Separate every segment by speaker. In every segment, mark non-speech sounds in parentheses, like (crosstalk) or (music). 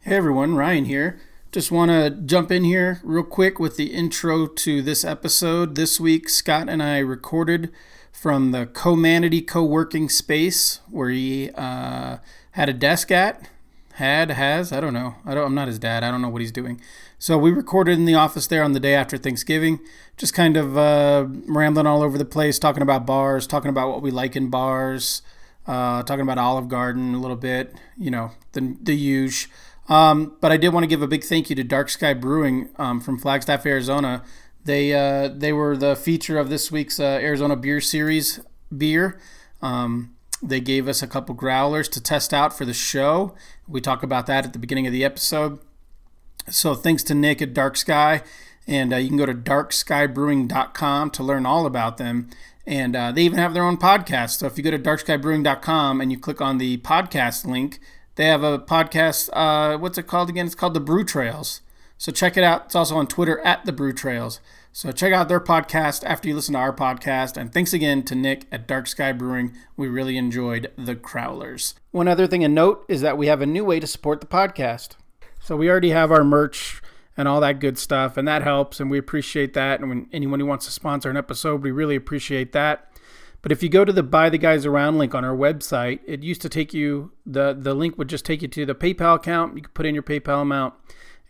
Speaker 1: Hey everyone, Ryan here. Just want to jump in here real quick with the intro to this episode. This week, Scott and I recorded from the Comanity co working space where he uh, had a desk at. Had, has, I don't know. I don't, I'm not his dad. I don't know what he's doing. So we recorded in the office there on the day after Thanksgiving, just kind of uh, rambling all over the place, talking about bars, talking about what we like in bars, uh, talking about Olive Garden a little bit, you know, the, the huge. Um, but I did want to give a big thank you to Dark Sky Brewing um, from Flagstaff, Arizona. They uh, they were the feature of this week's uh, Arizona Beer Series beer. Um, they gave us a couple growlers to test out for the show. We talk about that at the beginning of the episode. So thanks to Nick at Dark Sky, and uh, you can go to darkskybrewing.com to learn all about them. And uh, they even have their own podcast. So if you go to darkskybrewing.com and you click on the podcast link, they have a podcast. Uh, what's it called again? It's called The Brew Trails. So check it out. It's also on Twitter at The Brew Trails. So check out their podcast after you listen to our podcast. And thanks again to Nick at Dark Sky Brewing. We really enjoyed the Crowlers. One other thing to note is that we have a new way to support the podcast. So we already have our merch and all that good stuff, and that helps, and we appreciate that. And when anyone who wants to sponsor an episode, we really appreciate that. But if you go to the buy the guys around link on our website, it used to take you the the link would just take you to the PayPal account. You could put in your PayPal amount,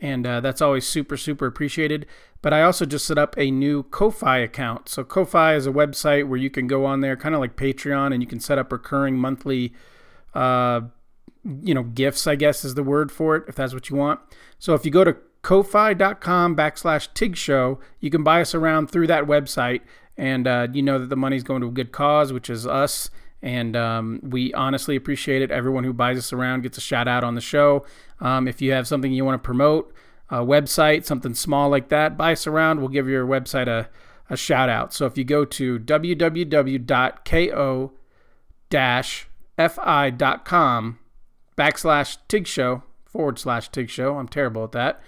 Speaker 1: and uh, that's always super super appreciated. But I also just set up a new Ko-fi account. So Ko-fi is a website where you can go on there, kind of like Patreon, and you can set up recurring monthly. Uh, you know, gifts, I guess is the word for it, if that's what you want. So if you go to ko-fi.com backslash TIG show, you can buy us around through that website. And uh, you know that the money's going to a good cause, which is us. And um, we honestly appreciate it. Everyone who buys us around gets a shout out on the show. Um, if you have something you want to promote, a website, something small like that, buy us around. We'll give your website a, a shout out. So if you go to www.ko-fi.com backslash Tig Show forward slash Tig Show. I'm terrible at that.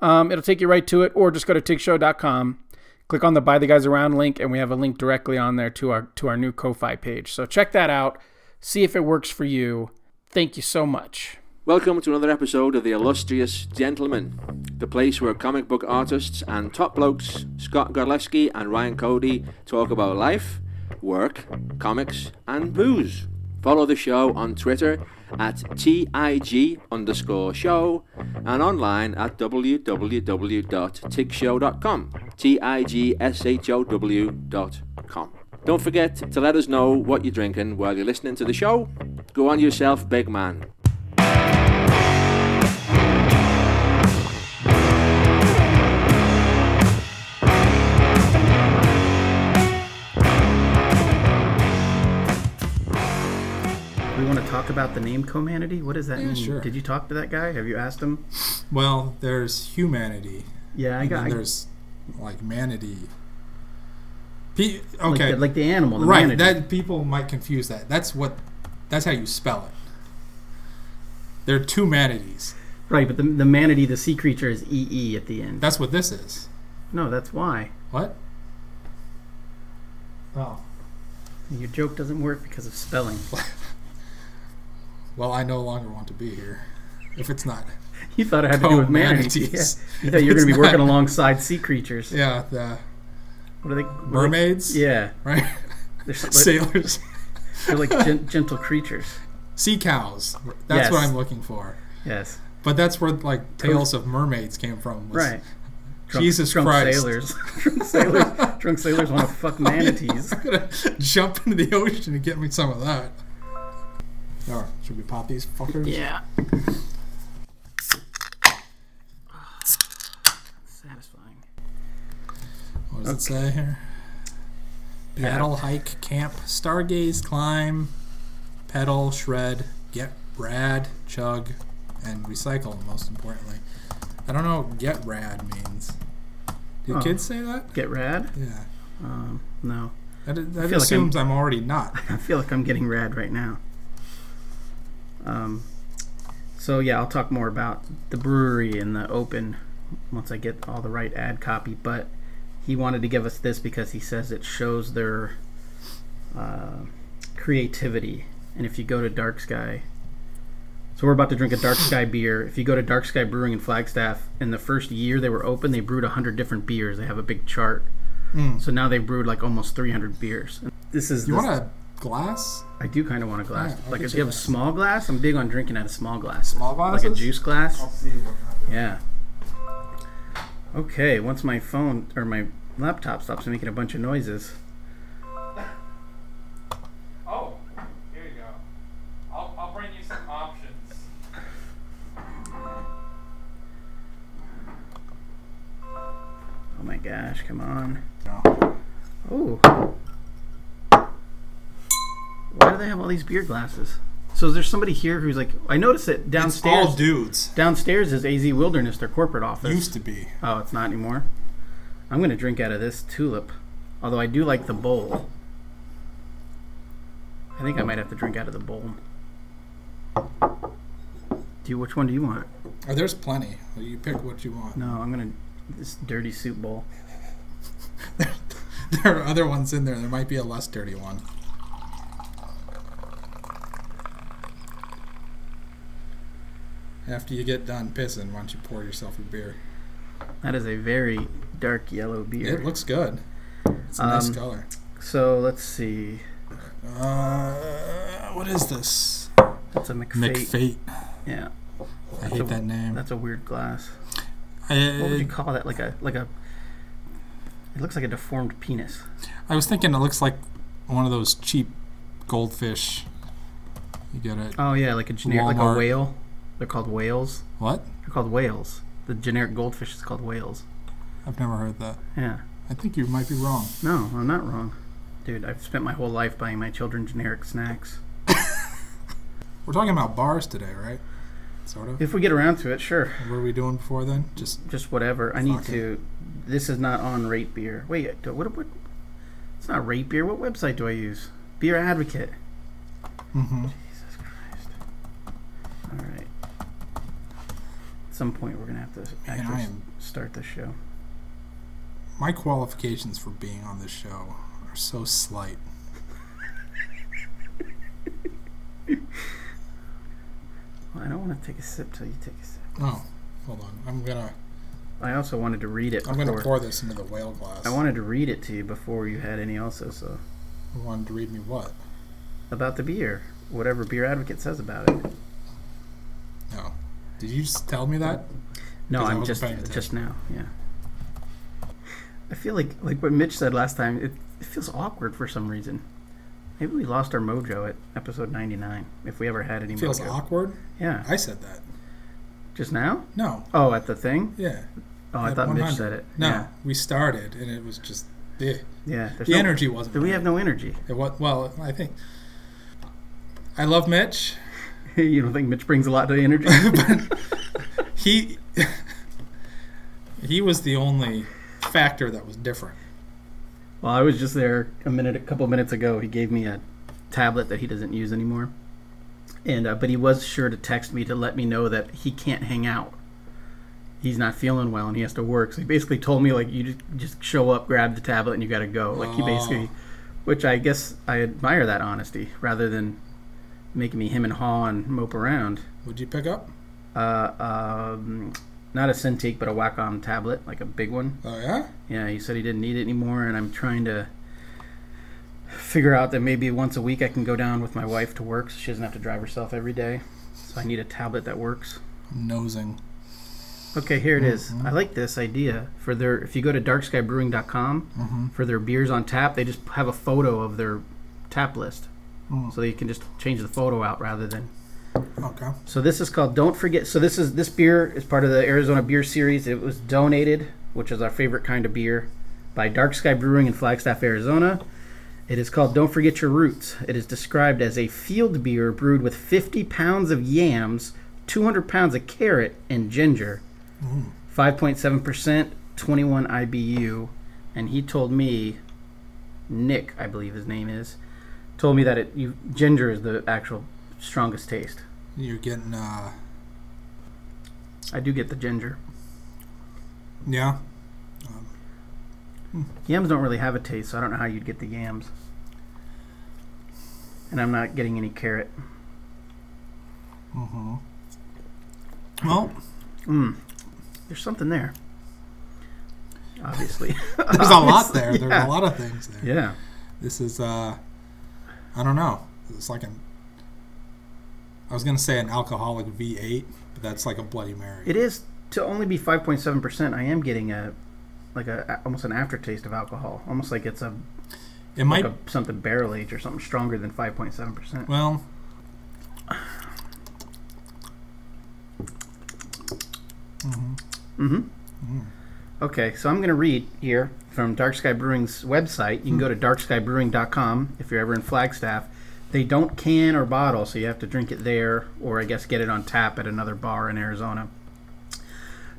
Speaker 1: Um, it'll take you right to it, or just go to tigshow.com, click on the Buy the Guys Around link, and we have a link directly on there to our to our new Ko-fi page. So check that out. See if it works for you. Thank you so much.
Speaker 2: Welcome to another episode of The Illustrious Gentleman, the place where comic book artists and top blokes Scott Godleski and Ryan Cody talk about life, work, comics, and booze. Follow the show on Twitter at TIG underscore show and online at www.tigshow.com. T I G S H O W dot com. Don't forget to let us know what you're drinking while you're listening to the show. Go on yourself, big man.
Speaker 1: We want to talk about the name Comanity. What does that mean?
Speaker 3: sure.
Speaker 1: Did you talk to that guy? Have you asked him?
Speaker 3: Well, there's humanity.
Speaker 1: Yeah, I
Speaker 3: And
Speaker 1: got
Speaker 3: then
Speaker 1: I-
Speaker 3: there's like manatee. Pe-
Speaker 1: like,
Speaker 3: okay,
Speaker 1: the, like the animal, the
Speaker 3: right.
Speaker 1: manatee.
Speaker 3: That people might confuse that. That's what. That's how you spell it. There are two manatees.
Speaker 1: right, but the, the manatee, the sea creature, is EE at the end.
Speaker 3: That's what this is.
Speaker 1: no, that's why.
Speaker 3: What? Oh.
Speaker 1: Your joke doesn't work because of spelling. (laughs)
Speaker 3: Well, I no longer want to be here. If it's not.
Speaker 1: You thought it had to do with manatees.
Speaker 3: Co-manatees.
Speaker 1: Yeah. You thought you were
Speaker 3: It's
Speaker 1: going to be working
Speaker 3: not-
Speaker 1: alongside sea creatures.
Speaker 3: Yeah, the
Speaker 1: What are they? what are they-
Speaker 3: mermaids.
Speaker 1: Yeah,
Speaker 3: Right.
Speaker 1: (laughs)
Speaker 3: (laughs)
Speaker 1: they're, s- they're,
Speaker 3: Sailors.
Speaker 1: they're like gen- gentle creatures.
Speaker 3: Sea cows. That's what
Speaker 1: Yes.
Speaker 3: I'm looking for.
Speaker 1: Yes,
Speaker 3: But that's where like tales of mermaids came from. was-
Speaker 1: right. Drunk,
Speaker 3: Jesus
Speaker 1: drunk
Speaker 3: Christ.
Speaker 1: sailors, (laughs) drunk sailors, drunk sailors want to fuck manatees.
Speaker 3: (laughs) I'm gonna jump into the ocean and get me some of that. All right, should we pop these fuckers?
Speaker 1: Yeah. Satisfying.
Speaker 3: What does it say here? Paddle, hike, camp, stargaze, climb, pedal, shred, get rad, chug, and recycle. Most importantly, I don't know what get rad means. Do
Speaker 1: Oh.
Speaker 3: kids say that?
Speaker 1: Get rad?
Speaker 3: Yeah.
Speaker 1: Um, no,
Speaker 3: That, that
Speaker 1: feel like
Speaker 3: assumes I'm
Speaker 1: (laughs)
Speaker 3: already not.
Speaker 1: I feel like I'm getting rad right now. Um, so yeah, I'll talk more about the brewery and the open once I get all the right ad copy. But he wanted to give us this because he says it shows their uh, creativity. And if you go to Dark Sky, it's
Speaker 4: So we're about to drink a dark sky beer. If you go to Dark Sky Brewing in Flagstaff, in the first year they were open, they brewed 100 different beers. They have a big chart. So now they brewed like almost 300 beers. Hmm. This is
Speaker 3: You
Speaker 4: this-
Speaker 3: want a glass?
Speaker 4: I do kind of want a glass.
Speaker 3: Yeah, I'll
Speaker 4: like
Speaker 3: get
Speaker 4: if
Speaker 3: you
Speaker 4: you have
Speaker 3: a
Speaker 4: a
Speaker 3: glass.
Speaker 4: small glass, I'm big on drinking out of small glasses.
Speaker 3: Small
Speaker 4: Like a
Speaker 3: glasses?
Speaker 4: juice glass.
Speaker 5: I'll see what happens.
Speaker 4: Yeah. Okay, once my phone or my laptop stops making a bunch of noises.
Speaker 6: Oh, here you go. I'll, I'll bring you some options.
Speaker 4: Oh my gosh, come on. Oh. Why do they have all these beer glasses? So is there somebody here who's like I noticed it
Speaker 3: It's all
Speaker 4: downstairs
Speaker 3: dudes.
Speaker 4: downstairs is AZ Wilderness, their corporate office.
Speaker 3: Used to be.
Speaker 4: Oh, it's not anymore. I'm gonna drink out of this tulip. Although I do like the bowl. I think I might have to drink out of the bowl. Do you, which one do you want?
Speaker 3: Oh, there's plenty. You pick what you want.
Speaker 4: No, I'm gonna this dirty soup bowl.
Speaker 3: (laughs) There are other ones in there. There might be a less dirty one. After you get done pissing, why don't you pour yourself a beer?
Speaker 4: That is a very dark yellow beer.
Speaker 3: It looks good. It's a nice
Speaker 4: Um,
Speaker 3: color.
Speaker 4: so let's see.
Speaker 3: Uh, what is this?
Speaker 4: That's a McFate.
Speaker 3: McFate.
Speaker 4: Yeah,
Speaker 3: I
Speaker 4: a-
Speaker 3: hate that name.
Speaker 4: that's a weird glass. What would you
Speaker 3: I,
Speaker 4: call that? Like a like a. It looks like a deformed penis.
Speaker 3: I was thinking it looks like one of those cheap goldfish. You get it?
Speaker 4: Oh yeah, like a generic, like
Speaker 3: Walmart.
Speaker 4: a whale. They're called whales.
Speaker 3: What?
Speaker 4: They're called whales. The generic goldfish is called whales.
Speaker 3: I've never heard that.
Speaker 4: Yeah.
Speaker 3: I think you might be wrong.
Speaker 4: No, I'm not wrong. Dude, I've spent my whole life buying my children generic snacks.
Speaker 3: We're talking about bars today, right? Sort of.
Speaker 4: If we get around to it, sure.
Speaker 3: What were we doing before then? Just
Speaker 4: Just whatever. I need
Speaker 3: Fuck it.
Speaker 4: to. This is not on Rate Beer. Wait, do- what, what? It's not Rate Beer. What website do I use? Beer Advocate.
Speaker 3: hmm
Speaker 4: Jesus Christ. All right. At some point, we're gonna have to
Speaker 3: I
Speaker 4: actually s-
Speaker 3: am-
Speaker 4: start the show.
Speaker 3: my qualifications for being on this show are so slight.
Speaker 4: Well, I don't want to take a sip till you take a sip.
Speaker 3: Oh, hold on. I'm gonna
Speaker 4: I also wanted to read it.
Speaker 3: I'm gonna
Speaker 4: before-
Speaker 3: pour this into the whale glass.
Speaker 4: I wanted to read it to you before you had any also. So
Speaker 3: You wanted to read me what?
Speaker 4: about the beer, whatever Beer Advocate says about it.
Speaker 3: No. Did you just tell me that?
Speaker 4: No,
Speaker 3: 'Cause I
Speaker 4: I'm
Speaker 3: wasn't
Speaker 4: just
Speaker 3: paying attention.
Speaker 4: just now. Yeah. I feel like like what Mitch said last time. It, it feels awkward for some reason. Maybe we lost our mojo at episode 99. If we ever had any
Speaker 3: Feels
Speaker 4: mojo.
Speaker 3: awkward.
Speaker 4: Yeah.
Speaker 3: I said that.
Speaker 4: Just now?
Speaker 3: No.
Speaker 4: Oh, at the thing?
Speaker 3: Yeah.
Speaker 4: Oh, I
Speaker 3: At
Speaker 4: thought
Speaker 3: 100.
Speaker 4: Mitch said it.
Speaker 3: No.
Speaker 4: Yeah.
Speaker 3: We started and it was just the
Speaker 4: Yeah. There's
Speaker 3: the
Speaker 4: no,
Speaker 3: energy wasn't.
Speaker 4: Do we
Speaker 3: right.
Speaker 4: have no energy? (laughs)
Speaker 3: It was, well, I think. I love Mitch.
Speaker 4: you don't think Mitch brings a lot to energy?
Speaker 3: He (laughs) he was the only factor that was different.
Speaker 4: Well, I was just there a minute, a couple minutes ago. He gave me a tablet that he doesn't use anymore, and uh, but he was sure to text me to let me know that he can't hang out. He's not feeling well and he has to work. So he basically told me like you just, just show up, grab the tablet, and you got to go. Like he basically, which I guess I admire that honesty rather than making me him and haw and mope around.
Speaker 3: Would you pick up?
Speaker 4: Uh, um, not a Cintiq, but a Wacom tablet, like a big one.
Speaker 3: Oh yeah.
Speaker 4: Yeah, he said he didn't need it anymore, and I'm trying to figure out that maybe once a week I can go down with my wife to work so she doesn't have to drive herself every day. So I need a tablet that works.
Speaker 3: Nosing.
Speaker 4: Okay, here it is. I like this idea for their. If you go to darkskybrewing.com for their beers on tap, they just have a photo of their tap list, so you can just change the photo out rather than
Speaker 3: Okay.
Speaker 4: So this is called Don't Forget. So this is this beer is part of the Arizona Beer Series. It was donated, which is our favorite kind of beer, by Dark Sky Brewing in Flagstaff, Arizona. It is called Don't Forget Your Roots. It is described as a field beer brewed with 50 pounds of yams, 200 pounds of carrot, and ginger. 5.7%, 21 IBU. And he told me, Nick, I believe his name is, told me that it you, ginger is the actual strongest taste.
Speaker 3: You're getting uh
Speaker 4: I do get the ginger.
Speaker 3: yeah.
Speaker 4: Yams don't really have a taste, so I don't know how you'd get the yams. And I'm not getting any carrot.
Speaker 3: Mm-hmm. Well,
Speaker 4: (laughs) There's something there. Obviously. (laughs)
Speaker 3: there's a lot
Speaker 4: Obviously,
Speaker 3: there. There's
Speaker 4: yeah.
Speaker 3: a lot of things there.
Speaker 4: yeah.
Speaker 3: This is uh I don't know. It's like an I was gonna say an alcoholic V eight, but that's like a bloody Mary.
Speaker 4: It is to only be 5.7%. I am getting a like a almost an aftertaste of alcohol. Almost like it's a
Speaker 3: It might
Speaker 4: like a, something barrel aged or something stronger than 5.7%.
Speaker 3: well
Speaker 4: Mm-hmm. Okay, so I'm going to read here from Dark Sky Brewing's website. You can go to darkskybrewing.com if you're ever in Flagstaff. They don't can or bottle, so you have to drink it there, or I guess get it on tap at another bar in Arizona.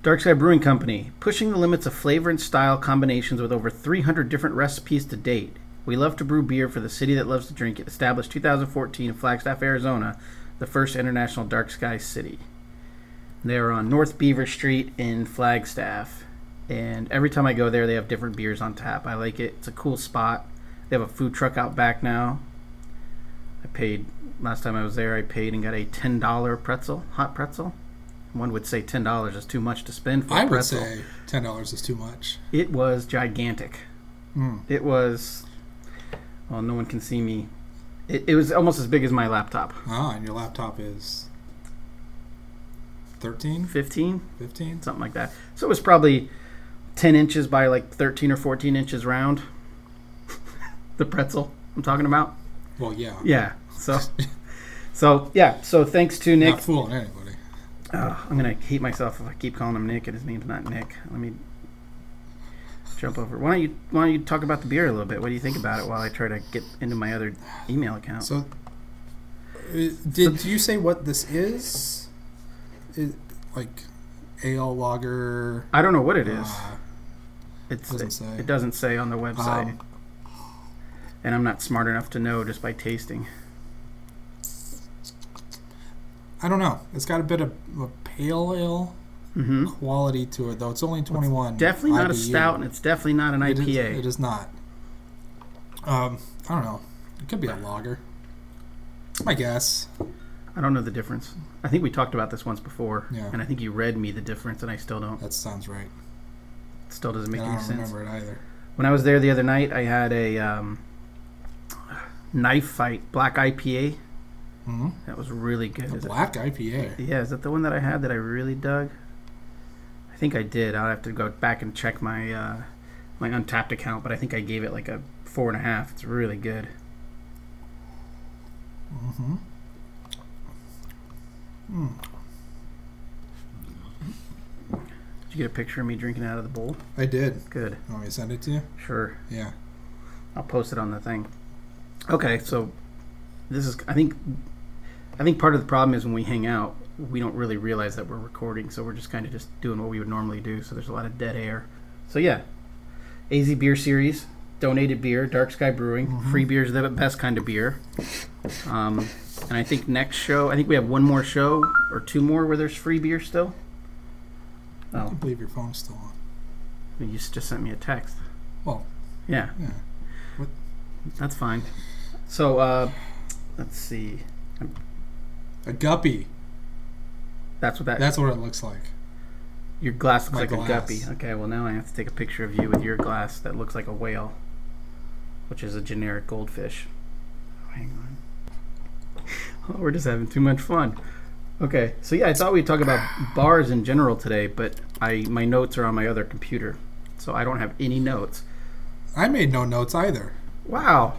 Speaker 4: Dark Sky Brewing Company, pushing the limits of flavor and style combinations with over 300 different recipes to date. We love to brew beer for the city that loves to drink it. Established 2014 in Flagstaff, Arizona, the first international dark sky city. They're on North Beaver Street in Flagstaff. And every time I go there, they have different beers on tap. I like it. It's a cool spot. They have a food truck out back now. I paid last time I was there. I paid and got a ten dollar pretzel, hot pretzel. One would say ten dollars is too much to spend for
Speaker 3: I
Speaker 4: a
Speaker 3: would
Speaker 4: pretzel.
Speaker 3: say ten dollars is too much.
Speaker 4: It was gigantic.
Speaker 3: Mm.
Speaker 4: It was. Well, no one can see me. It, it was almost as big as my laptop.
Speaker 3: Ah, and your laptop is 13,
Speaker 4: Fifteen.
Speaker 3: 15?
Speaker 4: something like that. So it was probably 10 inches by like 13 or 14 inches round. (laughs) the pretzel I'm talking about.
Speaker 3: Well, yeah.
Speaker 4: Yeah.
Speaker 3: (laughs)
Speaker 4: So, so yeah. So thanks to Nick.
Speaker 3: Not fooling anybody.
Speaker 4: Ugh, I'm gonna hate myself if I keep calling him Nick and his name's not Nick. Let me jump over. Why don't you Why don't you talk about the beer a little bit? What do you think about it while I try to get into my other email account?
Speaker 3: So, uh, did you say what this is? It, like ale lager?
Speaker 4: I don't know what it
Speaker 3: (sighs)
Speaker 4: is.
Speaker 3: uh,
Speaker 4: It's,
Speaker 3: doesn't
Speaker 4: it,
Speaker 3: say.
Speaker 4: it doesn't say on the website,
Speaker 3: um,
Speaker 4: and I'm not smart enough to know just by tasting.
Speaker 3: I don't know. It's got a bit of a pale ale
Speaker 4: hmm
Speaker 3: quality to it, though. It's only 21.
Speaker 4: Definitely not a
Speaker 3: IBU.
Speaker 4: stout, and it's definitely not an
Speaker 3: It is-
Speaker 4: IPA.
Speaker 3: it is not. Um, I don't know. It could be a lager. I guess.
Speaker 4: I don't know the difference. I think we talked about this once before,
Speaker 3: Yeah.
Speaker 4: and I think you read me the difference, and I still don't.
Speaker 3: That sounds right.
Speaker 4: It still doesn't make
Speaker 3: And I
Speaker 4: any
Speaker 3: don't
Speaker 4: sense.
Speaker 3: remember it either.
Speaker 4: When I was there the other night, I had a um, knife fight black IPA.
Speaker 3: hmm
Speaker 4: That was really good.
Speaker 3: A
Speaker 4: Is it-
Speaker 3: black IPA.
Speaker 4: yeah, is that the one that I had that I really dug? I think I did. I'll have to go back and check my uh, my Untapped account, but I think I gave it like a four and a half. It's really good.
Speaker 3: Mm-hmm.
Speaker 4: Did you get a picture of me drinking out of the bowl?
Speaker 3: I did.
Speaker 4: Good.
Speaker 3: You want me to send it to you?
Speaker 4: Sure.
Speaker 3: Yeah.
Speaker 4: I'll post it on the thing. Okay, so this is I think I think part of the problem is when we hang out, we don't really realize that we're recording, so we're just kind of just doing what we would normally do. So there's a lot of dead air. So yeah, AZ Beer Series donated beer, Dark Sky Brewing, free beer is the best kind of beer. Um, and I think next show, I think we have one more show or two more where there's free beer still.
Speaker 3: I
Speaker 4: Oh,
Speaker 3: can't believe your phone's still on.
Speaker 4: you s- just sent me a text.
Speaker 3: Well,
Speaker 4: Yeah.
Speaker 3: Oh. yeah.
Speaker 4: That's fine. So, uh, let's see.
Speaker 3: A guppy.
Speaker 4: That's what that.
Speaker 3: That's what it looks like.
Speaker 4: your glass looks
Speaker 3: my
Speaker 4: like a
Speaker 3: glass.
Speaker 4: guppy. Okay. Well, now I have to take a picture of you with your glass that looks like a whale, which is a generic goldfish. Oh, hang on. Oh, (laughs) we're just having too much fun. Okay. So yeah, I thought we'd talk about bars in general today, but I my notes are on my other computer, so I don't have any notes.
Speaker 3: I made no notes either. (laughs)
Speaker 4: Wow.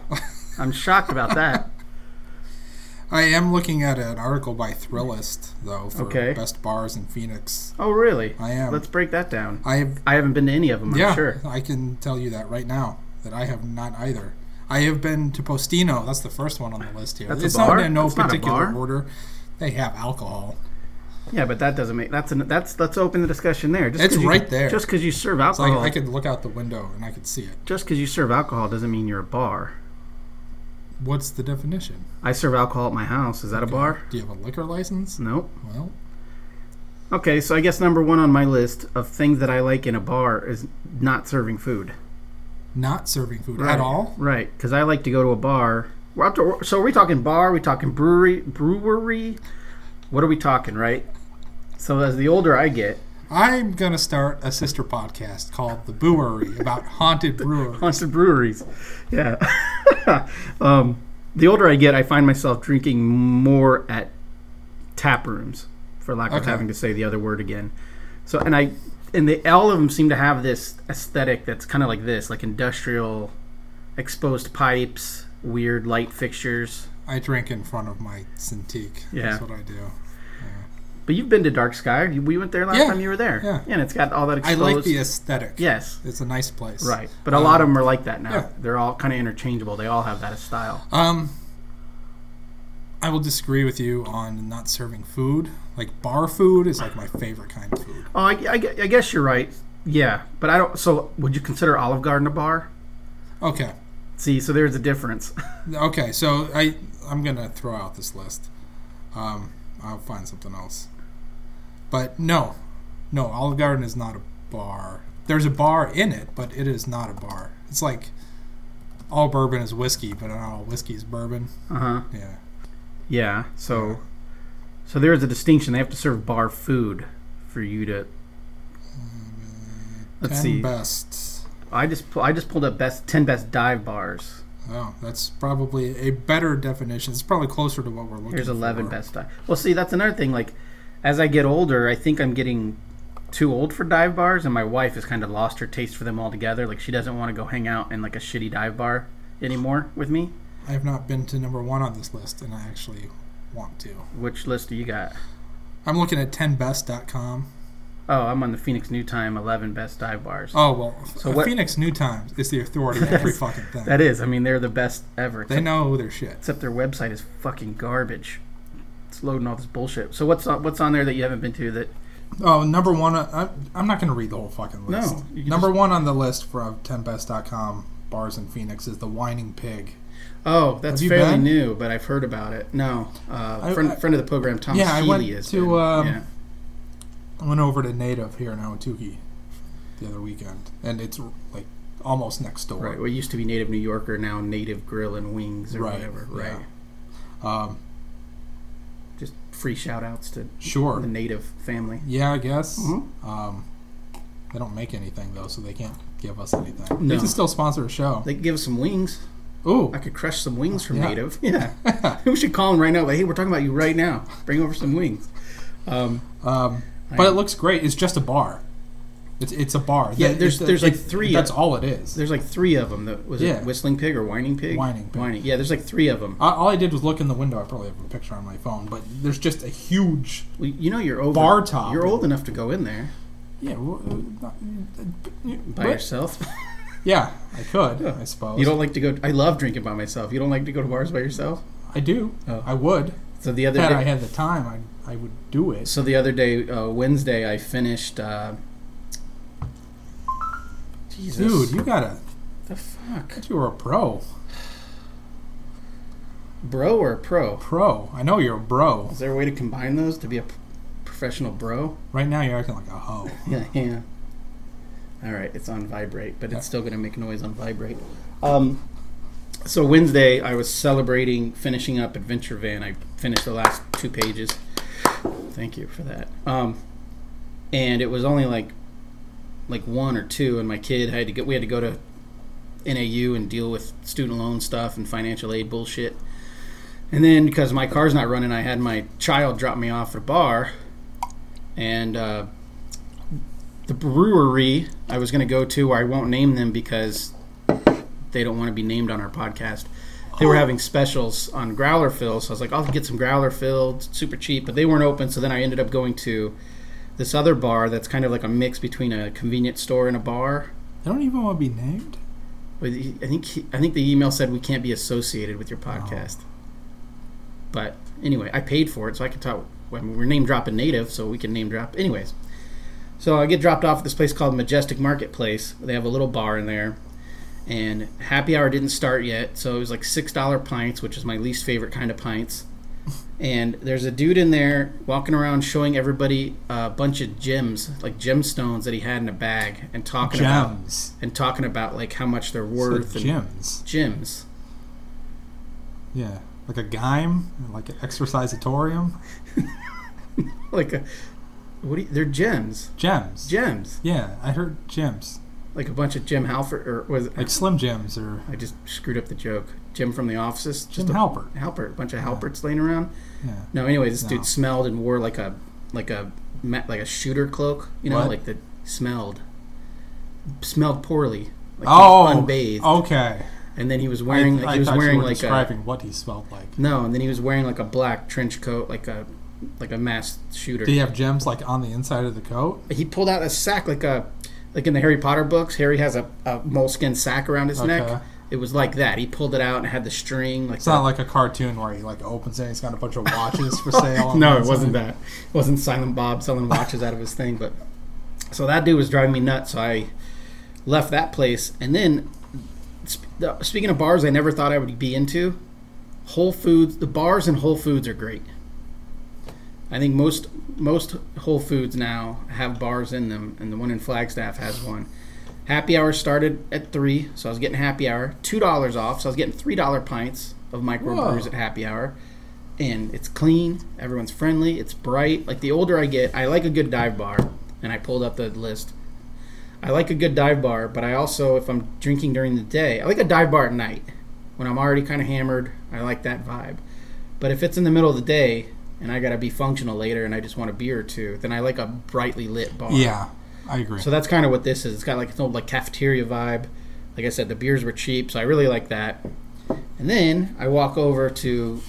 Speaker 4: I'm shocked about that.
Speaker 3: I am looking at an article by Thrillist, though, for
Speaker 4: Okay.
Speaker 3: best bars in Phoenix.
Speaker 4: Oh, really?
Speaker 3: I am.
Speaker 4: Let's break that down.
Speaker 3: I have.
Speaker 4: I haven't been to any of them. I'm
Speaker 3: yeah,
Speaker 4: sure.
Speaker 3: I can tell you that right now. That I have not either. I have been to Postino. That's the first one on the list here.
Speaker 4: That's a
Speaker 3: it's
Speaker 4: bar?
Speaker 3: not in no
Speaker 4: That's not a
Speaker 3: particular
Speaker 4: bar?
Speaker 3: order. They have alcohol.
Speaker 4: Yeah, but that doesn't make that's an, that's let's open the discussion there. Just
Speaker 3: It's
Speaker 4: 'cause you-
Speaker 3: right there.
Speaker 4: Just because you serve
Speaker 3: So I-
Speaker 4: alcohol,
Speaker 3: I could look out the window and I could see it.
Speaker 4: just because you serve alcohol doesn't mean you're a bar.
Speaker 3: What's the definition?
Speaker 4: I serve alcohol at my house. Is that a bar?
Speaker 3: Do you have a liquor license?
Speaker 4: Nope.
Speaker 3: Well,
Speaker 4: Okay, so I guess number one on my list of things that I like in a bar is not serving food
Speaker 3: not serving food
Speaker 4: Right.
Speaker 3: at all.
Speaker 4: Right, because I like to go to a bar. We're up to, so are we talking bar? Are we talking brewery? Brewery? What are we talking? Right? So as the older I get,
Speaker 3: I'm gonna start a sister podcast called The Brewery about haunted breweries.
Speaker 4: haunted breweries. Yeah. (laughs) um, the older I get, I find myself drinking more at tap rooms, for lack of
Speaker 3: Okay.
Speaker 4: having to say the other word again. So, and I, and they all of them seem to have this aesthetic that's kind of like this, like industrial, exposed pipes, weird light fixtures.
Speaker 3: I drink in front of my Cintiq.
Speaker 4: Yeah.
Speaker 3: That's what I do.
Speaker 4: But you've been to Dark Sky. You- We went there last
Speaker 3: Yeah,
Speaker 4: time you were there.
Speaker 3: yeah.
Speaker 4: and it's got all that
Speaker 3: I
Speaker 4: exposed.
Speaker 3: like the aesthetic.
Speaker 4: Yes.
Speaker 3: It's a nice place.
Speaker 4: Right. But a lot of them are like that now.
Speaker 3: yeah.
Speaker 4: They're all kind of interchangeable. They all have that style.
Speaker 3: Um, I will disagree with you on not serving food. Like bar food is like my favorite kind of food.
Speaker 4: Oh, I, I gue- I guess you're right. Yeah, but I don't. So, would you consider Olive Garden a bar?
Speaker 3: Okay.
Speaker 4: See, so there's a difference. (laughs)
Speaker 3: Okay. So I I'm gonna throw out this list. Um, I'll find something else. But no, no, Olive Garden is not a bar. There's a bar in it, but it is not a bar. It's like all bourbon is whiskey, but not all whiskey is bourbon.
Speaker 4: Uh huh.
Speaker 3: Yeah.
Speaker 4: Yeah. So, so there is a distinction. They have to serve bar food for you to. Let's
Speaker 3: Ten
Speaker 4: see.
Speaker 3: best.
Speaker 4: I just pu- I just pulled up best ten best dive bars.
Speaker 3: Oh, that's probably a better definition. It's probably closer to what we're looking
Speaker 4: Here's
Speaker 3: for.
Speaker 4: eleven best dive. Well, see, that's another thing. Like, as I get older, I think I'm getting too old for dive bars, and my wife has kind of lost her taste for them altogether. Like, she doesn't want to go hang out in like a shitty dive bar anymore with me.
Speaker 3: I have not been to number one on this list, and I actually want to.
Speaker 4: Which list do you got?
Speaker 3: I'm looking at 10best.com.
Speaker 4: Oh, I'm on the Phoenix New Time 11 best dive bars.
Speaker 3: Oh, well,
Speaker 4: So
Speaker 3: uh,
Speaker 4: what-
Speaker 3: Phoenix New Times is the authority on
Speaker 4: (laughs)
Speaker 3: every fucking thing.
Speaker 4: That is, I mean, they're the best ever.
Speaker 3: they
Speaker 4: Except,
Speaker 3: know their shit.
Speaker 4: except their website is fucking garbage. It's loading all this bullshit. So what's on, what's on there that you haven't been to that?
Speaker 3: Oh, number one. uh, I, I'm not going to read the whole fucking
Speaker 4: No,
Speaker 3: list.
Speaker 4: you can
Speaker 3: number one on the list from 10best.com bars in Phoenix is the Whining Pig.
Speaker 4: Oh, that's
Speaker 3: Have you
Speaker 4: fairly
Speaker 3: been?
Speaker 4: new, but I've heard about it. No, uh,
Speaker 3: I-
Speaker 4: friend,
Speaker 3: I-
Speaker 4: friend of the program, Tom
Speaker 3: Yeah, I
Speaker 4: Healy
Speaker 3: went
Speaker 4: has
Speaker 3: to,
Speaker 4: been-
Speaker 3: um,
Speaker 4: yeah.
Speaker 3: I went over to Native here in Ahwatukee the other weekend, and it's like almost next door.
Speaker 4: right. What used to be Native New Yorker, now Native Grill and Wings or
Speaker 3: Right,
Speaker 4: whatever. Right.
Speaker 3: Um,
Speaker 4: Just free shout outs to
Speaker 3: sure.
Speaker 4: the Mm-hmm. Native family.
Speaker 3: Yeah, I guess. Um, they don't make anything though, so they can't give us anything.
Speaker 4: No.
Speaker 3: They can still sponsor a show.
Speaker 4: They could give us some wings.
Speaker 3: Ooh,
Speaker 4: I could crush some wings from
Speaker 3: Yeah.
Speaker 4: Native. (laughs) Yeah.
Speaker 3: (laughs)
Speaker 4: we should call him right now. Like, hey, we're talking about you right now. Bring over some wings. Um,
Speaker 3: um, but it looks great. It's just a bar. It's it's a bar.
Speaker 4: Yeah,
Speaker 3: That-
Speaker 4: there's-
Speaker 3: it's a-
Speaker 4: there's, like,
Speaker 3: it's-
Speaker 4: three-
Speaker 3: That's all it is.
Speaker 4: there's like three of them. That was
Speaker 3: Yeah.
Speaker 4: it Whistling Pig or Whining Pig?
Speaker 3: Whining Pig.
Speaker 4: Whining. Yeah, there's like three of them.
Speaker 3: I, all I did was look in the window. I probably have a picture on my phone, but there's just a huge.
Speaker 4: Well, you know you're over.
Speaker 3: Bar top.
Speaker 4: You're old enough to go in there
Speaker 3: Yeah, w- uh, not-
Speaker 4: by
Speaker 3: but-
Speaker 4: yourself. (laughs)
Speaker 3: yeah, I could, I suppose.
Speaker 4: you don't like to go. I love drinking by myself. You don't like to go to bars by yourself.
Speaker 3: I do.
Speaker 4: Oh.
Speaker 3: I would.
Speaker 4: So the other
Speaker 3: Had I
Speaker 4: day,
Speaker 3: had the time, I I would do it.
Speaker 4: so the other day, uh, Wednesday, I finished. Uh, Jesus,
Speaker 3: Dude, you gotta.
Speaker 4: the fuck,
Speaker 3: You were a pro.
Speaker 4: bro or pro?
Speaker 3: Pro. I know you're a bro.
Speaker 4: Is there a way to combine those to be a p- professional bro?
Speaker 3: Right now, you're acting like a hoe.
Speaker 4: (laughs) Yeah, yeah. All right, it's on vibrate, but it's still going to make noise on vibrate. Um, so Wednesday, I was celebrating finishing up Adventure Van. I finished the last two pages. Thank you for that. Um, and it was only like like one or two, and my kid had to get. We had to go to NAU and deal with student loan stuff and financial aid bullshit. And then because my car's not running, I had my child drop me off at a bar, and. Uh, the brewery I was going to go to, where I won't name them because they don't want to be named on our podcast. They were having specials on growler fill, so I was like, I'll get some growler filled, super cheap, but they weren't open. So then I ended up going to this other bar that's kind of like a mix between a convenience store and a bar.
Speaker 3: They don't even want to be named.
Speaker 4: But he- I think he, I think the email said we can't be associated with your podcast. But anyway, I paid for it, so I can talk. I mean, we're name dropping native, so we can name drop. Anyways, so I get dropped off at this place called Majestic Marketplace. They have a little bar in there, and happy hour didn't start yet, so it was like six dollar pints, which is my least favorite kind of pints. And there's a dude in there walking around showing everybody a bunch of gems, like gemstones that he had in a bag, and talking about
Speaker 3: Gems.
Speaker 4: and talking about like how much they're
Speaker 3: So
Speaker 4: worth and
Speaker 3: gems.
Speaker 4: gyms.
Speaker 3: Yeah. Like a gime, like an exercisatorium.
Speaker 4: Like a What? Do you, they're gems.
Speaker 3: Gems.
Speaker 4: Gems.
Speaker 3: yeah, I heard gems.
Speaker 4: Like a bunch of Jim Halford, or was it,
Speaker 3: Like Slim Jims or
Speaker 4: I just screwed up the joke? Jim from the office. Just
Speaker 3: Jim
Speaker 4: a
Speaker 3: Halpert.
Speaker 4: Halpert, a bunch of Halperts laying around.
Speaker 3: Yeah.
Speaker 4: No, anyway, this
Speaker 3: No.
Speaker 4: dude smelled and wore like a like a ma- like a shooter cloak. You know,
Speaker 3: What?
Speaker 4: like the smelled smelled poorly. Like he was
Speaker 3: Oh,
Speaker 4: unbathed.
Speaker 3: okay.
Speaker 4: And then he was wearing like he was
Speaker 3: thought
Speaker 4: wearing
Speaker 3: you were
Speaker 4: like a
Speaker 3: describing what he smelled like.
Speaker 4: no, and then he was wearing like a black trench coat, like a like a masked shooter.
Speaker 3: Did he have gems like on the inside of the coat?
Speaker 4: he pulled out a sack like a like in the Harry Potter books. Harry has a, a moleskin sack around his
Speaker 3: Okay.
Speaker 4: neck. It was like that. He pulled it out and had the string like
Speaker 3: It's
Speaker 4: that.
Speaker 3: not like a cartoon where he like opens it and he's got a bunch of watches
Speaker 4: (laughs)
Speaker 3: for sale. on
Speaker 4: no,
Speaker 3: the
Speaker 4: it wasn't
Speaker 3: inside.
Speaker 4: that. It wasn't Silent Bob selling watches out of his thing. But so that dude was driving me nuts. So I left that place. And then sp- the- speaking of bars, I never thought I would be into Whole Foods. The bars and Whole Foods are great. I think most most Whole Foods now have bars in them, and the one in Flagstaff has one. Happy hour started at three, so I was getting happy hour two dollars off, so I was getting three dollar pints of microbrews
Speaker 3: Whoa.
Speaker 4: at happy hour. And it's clean, everyone's friendly, it's bright. Like the older I get, I like a good dive bar, and I pulled up the list. I like a good dive bar, but I also, if I'm drinking during the day, I like a dive bar at night when I'm already kind of hammered. I like that vibe. But if it's in the middle of the day and I got to be functional later and I just want a beer or two, then I like a brightly lit bar.
Speaker 3: Yeah, I agree.
Speaker 4: So that's kind of what this is. It's got like its old like cafeteria vibe. Like I said, the beers were cheap, so I really like that. And then I walk over to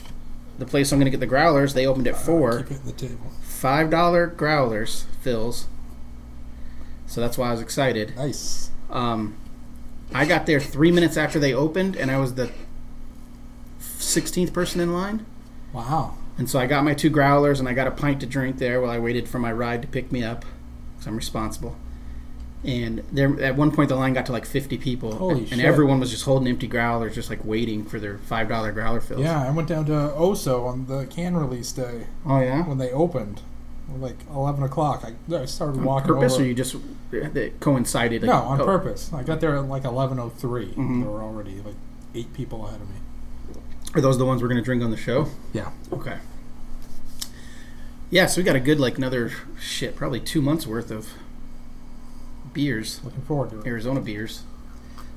Speaker 4: the place I'm going to get the growlers. They opened at four.
Speaker 3: Keep it in the table.
Speaker 4: Five dollar growlers fills. So that's why I was excited.
Speaker 3: Nice.
Speaker 4: Um, I got there three minutes after they opened, and I was the 16th person in line.
Speaker 3: Wow.
Speaker 4: And so I got my two growlers and I got a pint to drink there while I waited for my ride to pick me up because I'm responsible. And there, at one point, the line got to like 50 people,
Speaker 3: Holy
Speaker 4: and
Speaker 3: shit.
Speaker 4: everyone was just holding empty growlers, just like waiting for their five dollar growler fills.
Speaker 3: Yeah, I went down to Oso on the can release day
Speaker 4: Oh yeah.
Speaker 3: when they opened, like eleven o'clock. I, I started
Speaker 4: On
Speaker 3: walking
Speaker 4: purpose,
Speaker 3: over.
Speaker 4: or you just it coincided?
Speaker 3: no, on
Speaker 4: oh,
Speaker 3: purpose. I got there at like eleven o three.
Speaker 4: Mm-hmm.
Speaker 3: There were already like eight people ahead of me.
Speaker 4: Are those the ones we're gonna drink on the show?
Speaker 3: Yeah.
Speaker 4: Okay. Yeah, so we got a good like another shit, probably two months worth of beers,
Speaker 3: Looking forward to it.
Speaker 4: Arizona beers.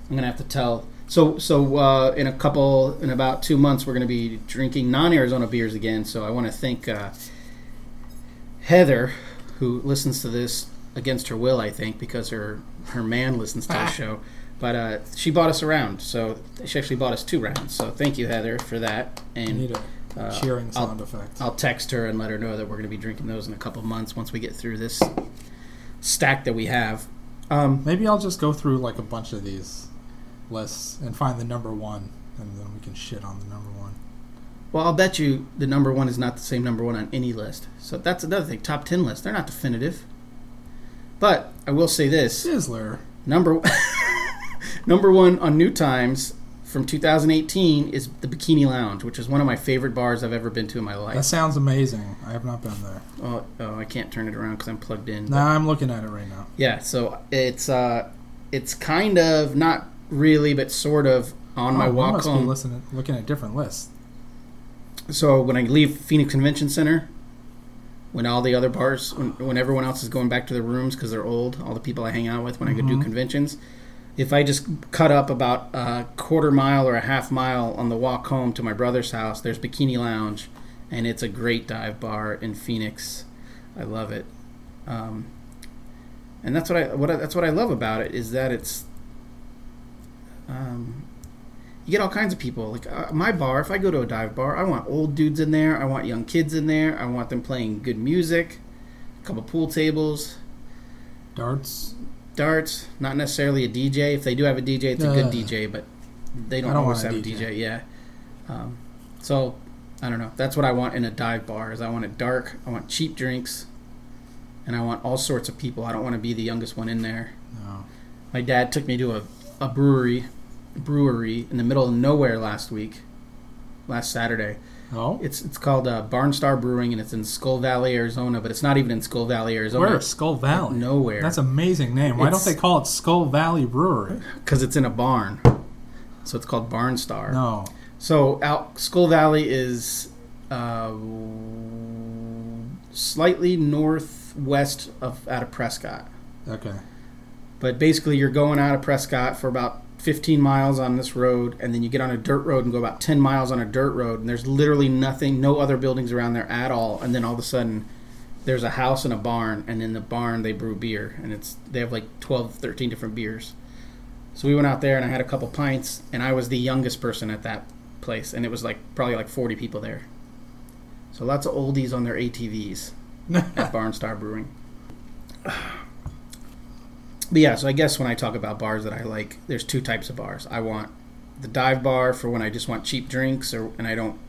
Speaker 4: I'm gonna have to tell. So so uh, in a couple, in about two months, we're gonna be drinking non-Arizona beers again. So I want to thank uh, Heather, who listens to this against her will, I think, because her her man listens to the show. But uh, she bought us around, so she actually bought us two rounds. So thank you, Heather, for that.
Speaker 3: I
Speaker 4: And
Speaker 3: need a cheering
Speaker 4: Uh, I'll-
Speaker 3: sound effect.
Speaker 4: I'll text her and let her know that we're going to be drinking those in a couple months once we get through this stack that we have. Um,
Speaker 3: Maybe I'll just go through like a bunch of these lists and find the number one, and then we can shit on the number one.
Speaker 4: well, I'll bet you the number one is not the same number one on any list. So that's another thing. Top 10 lists, they're not definitive. But I will say this
Speaker 3: Sizzler.
Speaker 4: number, (laughs) number one on New Times from 2018 is the Bikini Lounge, which is one of my favorite bars I've ever been to in my
Speaker 3: That
Speaker 4: life.
Speaker 3: sounds amazing. I have not been there.
Speaker 4: Oh, oh, I can't turn it around because I'm plugged in.
Speaker 3: Now I'm looking at it right now.
Speaker 4: Yeah, so it's uh, it's kind of not really, but sort of on my
Speaker 3: Oh, I
Speaker 4: walk
Speaker 3: must be
Speaker 4: home.
Speaker 3: listening, looking at different lists.
Speaker 4: So when I leave Phoenix Convention Center, when all the other bars, when, when everyone else is going back to their rooms because they're old, all the people I hang out with when I go do conventions, if I just cut up about a quarter mile or a half mile on the walk home to my brother's house, there's Bikini Lounge, and it's a great dive bar in Phoenix. I love it, um, and that's what I what I, that's what I love about it is that it's. Um, you get all kinds of people. Like uh, my bar, if I go to a dive bar, I want old dudes in there. I want young kids in there. I want them playing good music, a couple pool tables,
Speaker 3: Darts.
Speaker 4: darts. Not necessarily a DJ. If they do have a DJ, it's a
Speaker 3: Uh,
Speaker 4: good DJ, but they don't,
Speaker 3: I don't
Speaker 4: always
Speaker 3: want
Speaker 4: have
Speaker 3: a
Speaker 4: a
Speaker 3: DJ.
Speaker 4: DJ. Yeah. Um, so I don't know. That's what I want in a dive bar. Is I want it dark. I want cheap drinks, and I want all sorts of people. I don't want to be the youngest one in there.
Speaker 3: No.
Speaker 4: My dad took me to a, a brewery brewery in the middle of nowhere last week, last Saturday.
Speaker 3: Oh.
Speaker 4: It's it's called uh, Barnstar Brewing and it's in Skull Valley, Arizona, but it's not even in Skull Valley, Arizona.
Speaker 3: Where? Skull Valley.
Speaker 4: Nowhere.
Speaker 3: That's an amazing name. Why don't
Speaker 4: It's-
Speaker 3: they call it Skull Valley Brewery?
Speaker 4: Because it's in a barn. So it's called Barnstar.
Speaker 3: No.
Speaker 4: So out Skull Valley is uh, slightly north northwest of out of Prescott.
Speaker 3: Okay.
Speaker 4: But basically, you're going out of Prescott for about 15 miles on this road, and then you get on a dirt road and go about 10 miles on a dirt road, and there's literally nothing, no other buildings around there at all. And then all of a sudden, there's a house and a barn, and in the barn they brew beer, and it's they have like 12, 13 different beers. So we went out there, and I had a couple pints, and I was the youngest person at that place, and it was like probably like 40 people there. So lots of oldies on their ATVs at Barnstar Brewing. But yeah, so I guess when I talk about bars that I like, there's two types of bars. I want the dive bar for when I just want cheap drinks, or and I don't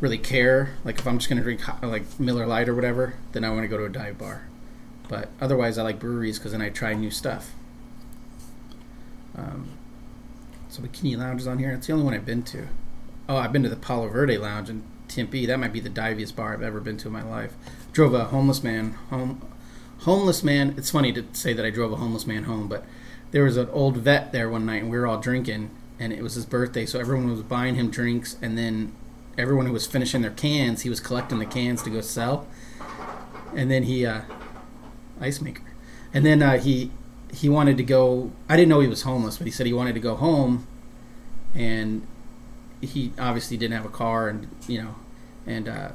Speaker 4: really care. Like if I'm just gonna drink hot- like Miller Lite or whatever, then I want to go to a dive bar. But otherwise, I like breweries because then I try new stuff. Um, so Bikini Lounge is on here. It's the only one I've been to. Oh, I've been to the Palo Verde Lounge in Tempe. That might be the diviest bar I've ever been to in my life. Drove a homeless man home homeless man. It's funny to say that I drove a homeless man home, but there was an old vet there one night, and we were all drinking, and it was his birthday, so everyone was buying him drinks, and then everyone who was finishing their cans, he was collecting the cans to go sell, and then he uh, ice maker, and then uh, he he wanted to go. I didn't know he was homeless, but he said he wanted to go home, and he obviously didn't have a car, and you know, and. Uh,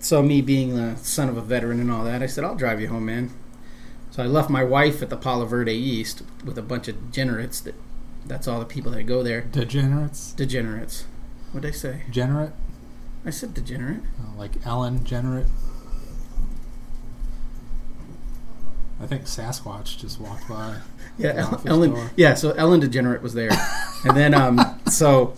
Speaker 4: so me being the son of a veteran and all that, I said, "I'll drive you home, man." So I left my wife at the Palo Verde East with a bunch of degenerates. That that's all the people that go there.
Speaker 3: Degenerates.
Speaker 4: Degenerates. What'd I say?
Speaker 3: Generate.
Speaker 4: I said degenerate.
Speaker 3: Uh, like Ellen Generate. I think Sasquatch just walked by.
Speaker 4: Yeah,
Speaker 3: The
Speaker 4: El-
Speaker 3: office
Speaker 4: Ellen.
Speaker 3: door.
Speaker 4: Yeah, so Ellen Degenerate was there, and then um, so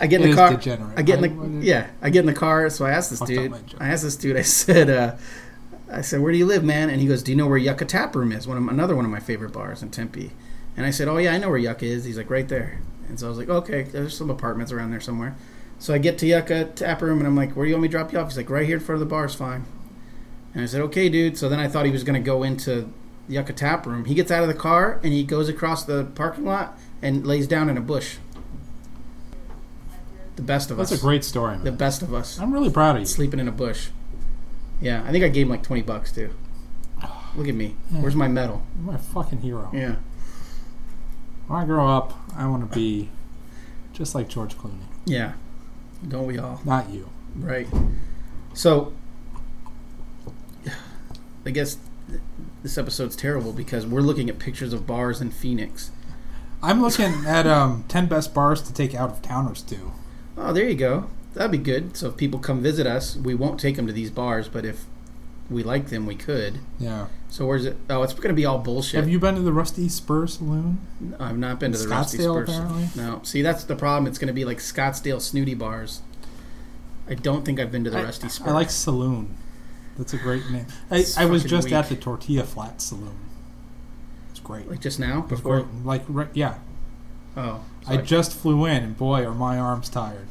Speaker 4: I get in
Speaker 3: It
Speaker 4: the
Speaker 3: is
Speaker 4: car.
Speaker 3: degenerate.
Speaker 4: I get
Speaker 3: Why- why
Speaker 4: in
Speaker 3: did-
Speaker 4: the yeah. I get in the car. So I asked this
Speaker 3: Fucked up
Speaker 4: dude.
Speaker 3: my joke.
Speaker 4: I asked this dude. I (laughs) said, uh, I said, where do you live, man? And he goes, do you know where Yucca Tap Room is? One of my- another one of my favorite bars in Tempe. And I said, oh yeah, I know where Yucca is. He's like, right there. And so I was like, okay, there's some apartments around there somewhere. So I get to Yucca Tap Room and I'm like, where do you want me to drop you off? He's like, right here in front of the bar is fine. And I said, okay, dude. So then I thought he was going to go into Yucca Tap Room. He gets out of the car and he goes across the parking lot and lays down in a bush. The best of
Speaker 3: That's a
Speaker 4: us.
Speaker 3: great story,
Speaker 4: the
Speaker 3: man.
Speaker 4: best of us.
Speaker 3: I'm really proud of you.
Speaker 4: Sleeping in a bush. Yeah, I think I gave him like 20 bucks too. Look at me. Where's my medal?
Speaker 3: You're my fucking hero.
Speaker 4: Yeah.
Speaker 3: When I grow up, I want to be just like George Clooney.
Speaker 4: Yeah. Don't we all?
Speaker 3: Not you.
Speaker 4: Right. So, I guess th- this episode's terrible because we're looking at pictures of bars in Phoenix.
Speaker 3: I'm looking at um, 10 best bars to take out of towners to.
Speaker 4: Oh, there you go. That'd be good. So if people come visit us, we won't take them to these bars, but if we like them, we could.
Speaker 3: Yeah.
Speaker 4: So where's it? Oh, it's gonna be all bullshit.
Speaker 3: Have you been to the Rusty Spur Saloon?
Speaker 4: I've not been to the Rusty
Speaker 3: Scottsdale,
Speaker 4: Spurs.
Speaker 3: apparently?
Speaker 4: No. See, that's the problem. It's gonna be like Scottsdale snooty bars. I don't think I've been to the Rusty Spur.
Speaker 3: I like Saloon. That's a great name. I,
Speaker 4: It's
Speaker 3: I was
Speaker 4: fucking
Speaker 3: just at the
Speaker 4: weak.
Speaker 3: Tortilla Flat Saloon. It's great.
Speaker 4: like just now
Speaker 3: It's
Speaker 4: before.
Speaker 3: great. Like, right, yeah.
Speaker 4: Oh,
Speaker 3: I just flew in, and boy, are my arms tired.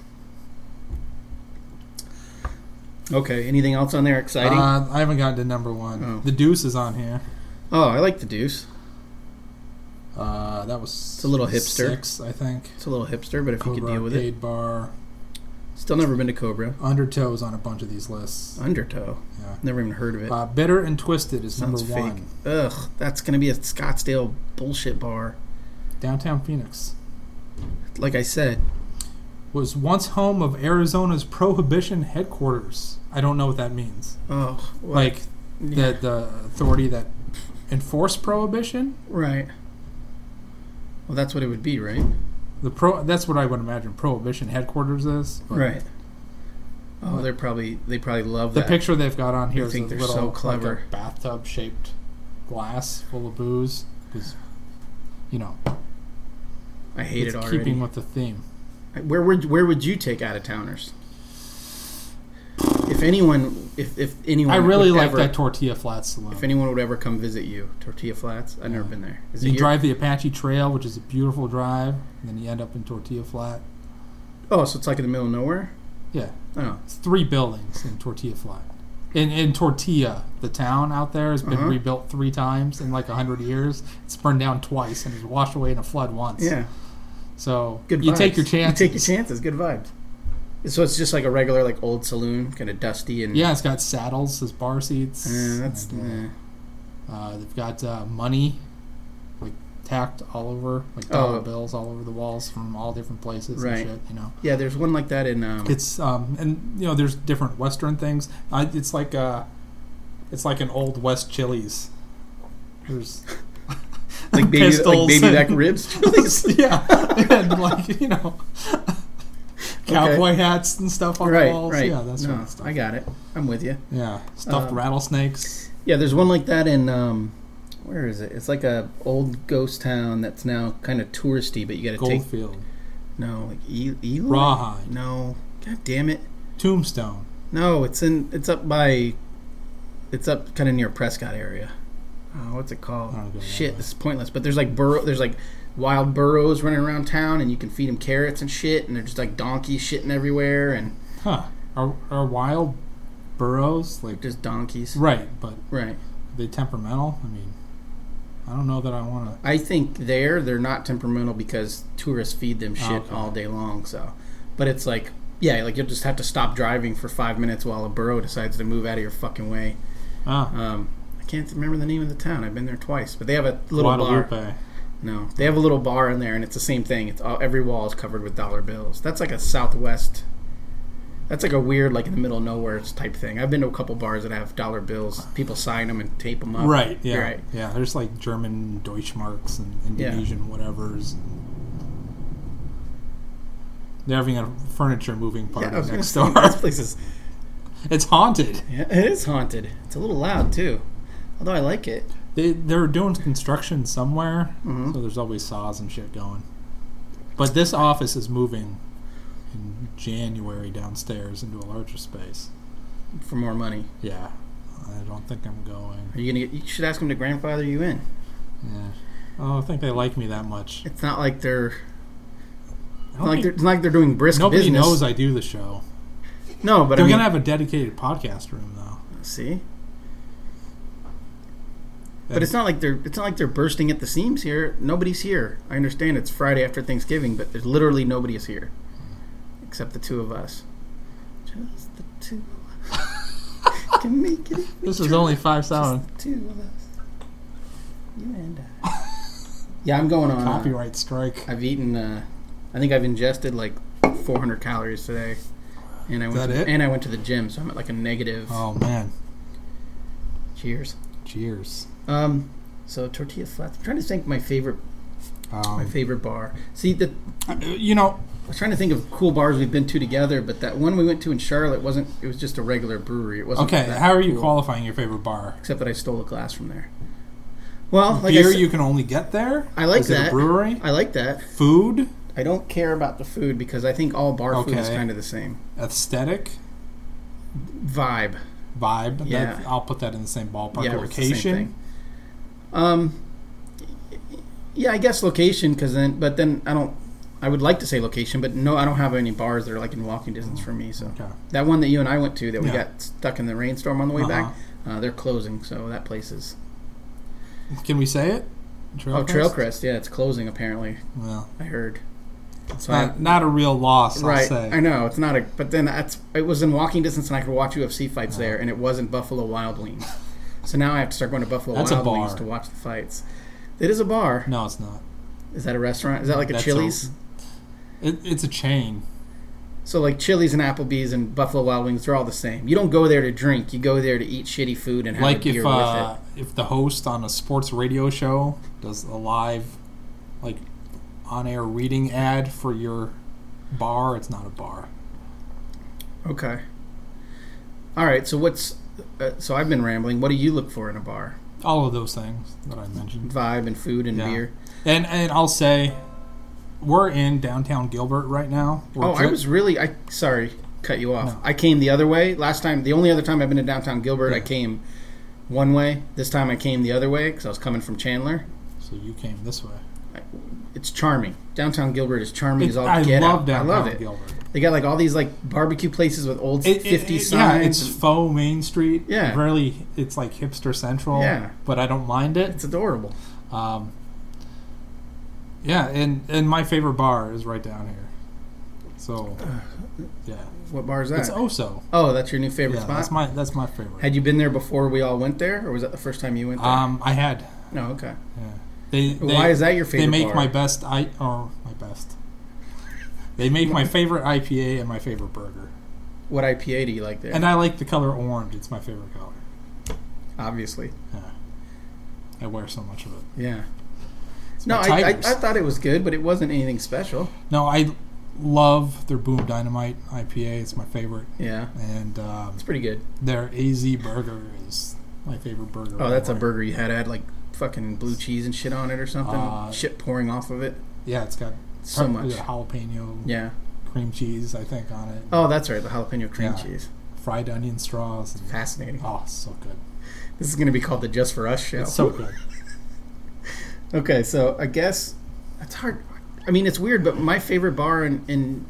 Speaker 4: okay. Anything else on there exciting?
Speaker 3: Uh, I haven't gotten to number one.
Speaker 4: Oh.
Speaker 3: The Deuce is on here.
Speaker 4: oh, I like the Deuce.
Speaker 3: Uh, that was it's
Speaker 4: a little hipster.
Speaker 3: Six, I think.
Speaker 4: It's a little hipster, but if you could
Speaker 3: Cobra
Speaker 4: deal with it.
Speaker 3: Arcade Bar.
Speaker 4: Still never been to Cobra.
Speaker 3: Undertow's on a bunch of these lists.
Speaker 4: Oh. Undertow.
Speaker 3: Yeah.
Speaker 4: Never even heard of it.
Speaker 3: Uh, Bitter and Twisted is
Speaker 4: Sounds
Speaker 3: number
Speaker 4: fake.
Speaker 3: one.
Speaker 4: Ugh, that's gonna be a Scottsdale bullshit bar.
Speaker 3: Downtown Phoenix
Speaker 4: Like I said,
Speaker 3: was once home of Arizona's Prohibition headquarters. I don't know what that means.
Speaker 4: oh, well,
Speaker 3: Like
Speaker 4: yeah,
Speaker 3: the the authority that enforced prohibition.
Speaker 4: right. Well, that's what it would be, right?
Speaker 3: The pro that's what I would imagine prohibition headquarters is. but
Speaker 4: Right. Oh, they're probably they probably love
Speaker 3: The
Speaker 4: that.
Speaker 3: picture they've got on here
Speaker 4: I
Speaker 3: is
Speaker 4: think
Speaker 3: a
Speaker 4: they're
Speaker 3: little
Speaker 4: so
Speaker 3: like a
Speaker 4: clever.
Speaker 3: bathtub shaped glass full of booze because you know
Speaker 4: I hate
Speaker 3: it's
Speaker 4: it already.
Speaker 3: keeping with the theme.
Speaker 4: Where would where would you take out of towners? If anyone, if if anyone,
Speaker 3: I really
Speaker 4: would
Speaker 3: like
Speaker 4: ever-
Speaker 3: that tortilla flat saloon.
Speaker 4: If anyone would ever come visit you, Tortilla Flats, I've never been there. Is
Speaker 3: you
Speaker 4: it your-
Speaker 3: drive the Apache Trail, which is a beautiful drive, and then you end up in Tortilla Flat.
Speaker 4: Oh, so it's like in the middle of nowhere.
Speaker 3: Yeah,
Speaker 4: Oh,
Speaker 3: it's three buildings in Tortilla Flat. In, in Tortilla, the town out there has been
Speaker 4: Uh-huh.
Speaker 3: rebuilt three times in like a hundred years. It's burned down twice and was washed away in a flood once.
Speaker 4: yeah.
Speaker 3: So
Speaker 4: Good.
Speaker 3: you
Speaker 4: vibes.
Speaker 3: take your chances.
Speaker 4: You take your chances. Good vibes. So it's just like a regular, like old saloon, kind of dusty and
Speaker 3: Yeah, it's got saddles as bar seats.
Speaker 4: Eh, that's eh.
Speaker 3: Uh, they've got uh, money, like tacked all over, like
Speaker 4: Oh.
Speaker 3: dollar bills all over the walls from all different places
Speaker 4: Right.
Speaker 3: and shit. You know,
Speaker 4: yeah. There's one like that in um,
Speaker 3: it's um, and you know, there's different Western things. I, it's like uh, it's like an old West Chili's. There's
Speaker 4: (laughs)
Speaker 3: (laughs)
Speaker 4: like baby like
Speaker 3: pistols
Speaker 4: baby
Speaker 3: and-
Speaker 4: back
Speaker 3: (laughs)
Speaker 4: ribs.
Speaker 3: yeah, and like
Speaker 4: (laughs)
Speaker 3: you know, cowboy hats and stuff on
Speaker 4: right,
Speaker 3: the walls.
Speaker 4: right.
Speaker 3: Yeah, that's
Speaker 4: no,
Speaker 3: sort of stuff.
Speaker 4: I got it. I'm with you.
Speaker 3: yeah, stuffed
Speaker 4: Um,
Speaker 3: rattlesnakes.
Speaker 4: Yeah, there's one like that in um, where is it? It's like a old ghost town that's now kind of touristy, but you got to take
Speaker 3: Goldfield,
Speaker 4: no like E- Eloy?
Speaker 3: Rawhide,
Speaker 4: No, god damn it.
Speaker 3: Tombstone.
Speaker 4: No, it's in it's up by it's up kind of near Prescott area. Oh, what's it called?
Speaker 3: I don't go that
Speaker 4: Shit,
Speaker 3: way.
Speaker 4: this is pointless. But there's like burro there's like wild burros running around town and you can feed them carrots and shit and they're just like donkeys shitting everywhere and
Speaker 3: Huh? Are are wild burrows like
Speaker 4: just donkeys.
Speaker 3: right? But
Speaker 4: Right.
Speaker 3: are they temperamental. I mean, I don't know that I want to.
Speaker 4: I think there they're not temperamental because tourists feed them shit
Speaker 3: Okay.
Speaker 4: all day long. So, but it's like yeah, like you'll just have to stop driving for five minutes while a burro decides to move out of your fucking way.
Speaker 3: Ah,
Speaker 4: Um, I can't remember the name of the town. I've been there twice, but they have a little
Speaker 3: Guadalupe.
Speaker 4: bar. No, they have a little bar in there, and it's the same thing. It's all, every wall is covered with dollar bills. That's like a Southwest. That's like a weird, like in the middle of nowhere type thing. I've been to a couple bars that have dollar bills. People sign them and tape them up.
Speaker 3: Right. Yeah.
Speaker 4: Right.
Speaker 3: Yeah. There's like German Deutschmarks and
Speaker 4: Yeah.
Speaker 3: Indonesian whatever's. And they're having a furniture moving party
Speaker 4: Yeah, I was gonna
Speaker 3: next
Speaker 4: say,
Speaker 3: door. (laughs)
Speaker 4: this place is (laughs)
Speaker 3: it's haunted.
Speaker 4: yeah, it is haunted. It's a little loud too, although I like it.
Speaker 3: They they're doing construction somewhere,
Speaker 4: Mm-hmm.
Speaker 3: so there's always saws and shit going. But this office is moving in January downstairs into a larger space.
Speaker 4: For more money,
Speaker 3: Yeah, I don't think I'm going.
Speaker 4: are you gonna? Get, you should ask them to grandfather you in.
Speaker 3: Yeah, I don't think they like me that much.
Speaker 4: It's not like they're not
Speaker 3: I don't
Speaker 4: like they're,
Speaker 3: think-
Speaker 4: it's not like they're doing brisk
Speaker 3: Nobody
Speaker 4: business.
Speaker 3: knows I do the show.
Speaker 4: No, but
Speaker 3: They're
Speaker 4: I mean,
Speaker 3: gonna have a dedicated podcast room though.
Speaker 4: see.
Speaker 3: And-
Speaker 4: But it's not like they're it's not like they're bursting at the seams here. Nobody's here. I understand it's Friday after Thanksgiving, but there's literally nobody is here, except the two of us. Just the two
Speaker 3: (laughs)
Speaker 4: of us can make it. if we
Speaker 3: This is
Speaker 4: try.
Speaker 3: only five
Speaker 4: Just
Speaker 3: thousand.
Speaker 4: the two of us. You and I. (laughs) yeah, I'm going on. uh,
Speaker 3: Copyright strike.
Speaker 4: I've eaten. Uh, I think I've ingested like 400 calories today, and I went
Speaker 3: that
Speaker 4: to,
Speaker 3: it?
Speaker 4: and I went to the gym, so I'm at like a negative.
Speaker 3: Oh man,
Speaker 4: Cheers.
Speaker 3: cheers.
Speaker 4: Um, so tortilla flats. I'm trying to think my favorite my
Speaker 3: Um,
Speaker 4: favorite bar. See, the,
Speaker 3: you know,
Speaker 4: I was trying to think of cool bars we've been to together, but that one we went to in Charlotte wasn't. It was just a regular brewery. It wasn't.
Speaker 3: okay.
Speaker 4: that
Speaker 3: How are you
Speaker 4: cool,
Speaker 3: qualifying your favorite bar?
Speaker 4: Except that I stole a glass from there. Well, like
Speaker 3: Beer
Speaker 4: I, said,
Speaker 3: you can only get there.
Speaker 4: I like
Speaker 3: Is It
Speaker 4: that.
Speaker 3: a brewery.
Speaker 4: I like that.
Speaker 3: Food
Speaker 4: I don't care about the food because I think all bar food is
Speaker 3: Okay.
Speaker 4: kind of the same
Speaker 3: aesthetic
Speaker 4: vibe.
Speaker 3: vibe. that-
Speaker 4: Yeah.
Speaker 3: I'll put that in the same ballpark.
Speaker 4: it's the same
Speaker 3: Location.
Speaker 4: thing. Um, yeah, I guess location, because then, but then I don't. I would like to say location, but no, I don't have any bars that are like in walking distance from me. So
Speaker 3: Okay.
Speaker 4: that one that you and I went to, that we
Speaker 3: Yeah.
Speaker 4: got stuck in the rainstorm on the way
Speaker 3: Uh-huh.
Speaker 4: back, uh, they're closing. So that place is
Speaker 3: Can we say it? Trail
Speaker 4: oh Trail Crest, yeah, it's closing apparently.
Speaker 3: Well,
Speaker 4: I heard.
Speaker 3: it's
Speaker 4: So I-
Speaker 3: not, not a real loss. I'll
Speaker 4: right,
Speaker 3: say.
Speaker 4: I know it's not a, but then that's it was in walking distance, and I could watch UFC fights there, and it wasn't Buffalo Wild Wings. so now I have to start going to Buffalo
Speaker 3: That's a
Speaker 4: Wild Wings
Speaker 3: bar.
Speaker 4: to watch the fights. It is a bar.
Speaker 3: No, it's not.
Speaker 4: Is that a restaurant? Is that like a
Speaker 3: That's
Speaker 4: Chili's?
Speaker 3: It, it's a chain.
Speaker 4: So like Chili's and Applebee's and Buffalo Wild Wings, they're all the same. You don't go there to drink. You go there to eat shitty food and have a
Speaker 3: like
Speaker 4: beer
Speaker 3: if uh, if the host on a sports radio show does a live like on air reading ad for your bar it's not a bar
Speaker 4: with it. Okay. All right. So what's uh, so I've been rambling. What do you look for in a bar?
Speaker 3: all of those things that i mentioned
Speaker 4: Vibe and food and
Speaker 3: Yeah.
Speaker 4: beer.
Speaker 3: and and i'll say we're in downtown gilbert right now We're
Speaker 4: Oh, I
Speaker 3: dri-
Speaker 4: was really I sorry cut you off. I came the other way last time. The only other time I've been to downtown Gilbert, I came one way. This time I came the other way because I was coming from Chandler.
Speaker 3: so you came this way
Speaker 4: It's charming. Downtown Gilbert is charming as all
Speaker 3: i
Speaker 4: get
Speaker 3: love
Speaker 4: out.
Speaker 3: downtown
Speaker 4: I love it.
Speaker 3: gilbert
Speaker 4: They got like all these like barbecue places with old
Speaker 3: It- it-
Speaker 4: fifty
Speaker 3: it- yeah,
Speaker 4: signs.
Speaker 3: it's faux Main Street.
Speaker 4: Yeah.
Speaker 3: really, it's like hipster central.
Speaker 4: Yeah.
Speaker 3: but I don't mind it.
Speaker 4: It's adorable.
Speaker 3: Um, yeah, and and my favorite bar is right down here. So, yeah,
Speaker 4: What bar is
Speaker 3: it's
Speaker 4: that?
Speaker 3: Oso.
Speaker 4: Oh, that's your new favorite
Speaker 3: Yeah,
Speaker 4: Uh, spot.
Speaker 3: that's my that's my favorite.
Speaker 4: Had you been there before we all went there, or was that the first time you went there?
Speaker 3: um, I had.
Speaker 4: no, okay.
Speaker 3: Yeah. They, they
Speaker 4: Why is that your
Speaker 3: They
Speaker 4: favorite?
Speaker 3: make
Speaker 4: bar?
Speaker 3: my best I or my best. They make my favorite IPA and my favorite burger.
Speaker 4: What IPA do you like there?
Speaker 3: And I like the color orange. It's my favorite color.
Speaker 4: Obviously,
Speaker 3: Yeah. I wear so much of it.
Speaker 4: yeah.
Speaker 3: It's
Speaker 4: No,
Speaker 3: my
Speaker 4: I, I, I
Speaker 3: Tigers.
Speaker 4: thought it was good, but it wasn't anything special.
Speaker 3: no, I love their Boom Dynamite IPA. It's my favorite.
Speaker 4: Yeah,
Speaker 3: And um,
Speaker 4: it's pretty good.
Speaker 3: their AZ burger is my favorite burger.
Speaker 4: Oh, that's a
Speaker 3: ever.
Speaker 4: burger you had. had like fucking blue cheese and shit on it or something.
Speaker 3: Uh,
Speaker 4: shit pouring off of it.
Speaker 3: Yeah, it's got
Speaker 4: So
Speaker 3: probably
Speaker 4: much.
Speaker 3: a jalapeno
Speaker 4: Yeah.
Speaker 3: cream cheese, I think, on it.
Speaker 4: Oh, that's right. The jalapeno cream
Speaker 3: Yeah.
Speaker 4: cheese.
Speaker 3: Fried onion straws. And,
Speaker 4: Fascinating.
Speaker 3: oh, so good.
Speaker 4: This is going to be called the Just for Us show.
Speaker 3: It's so good.
Speaker 4: Okay, so I guess it's hard. I mean, it's weird, but my favorite bar in in,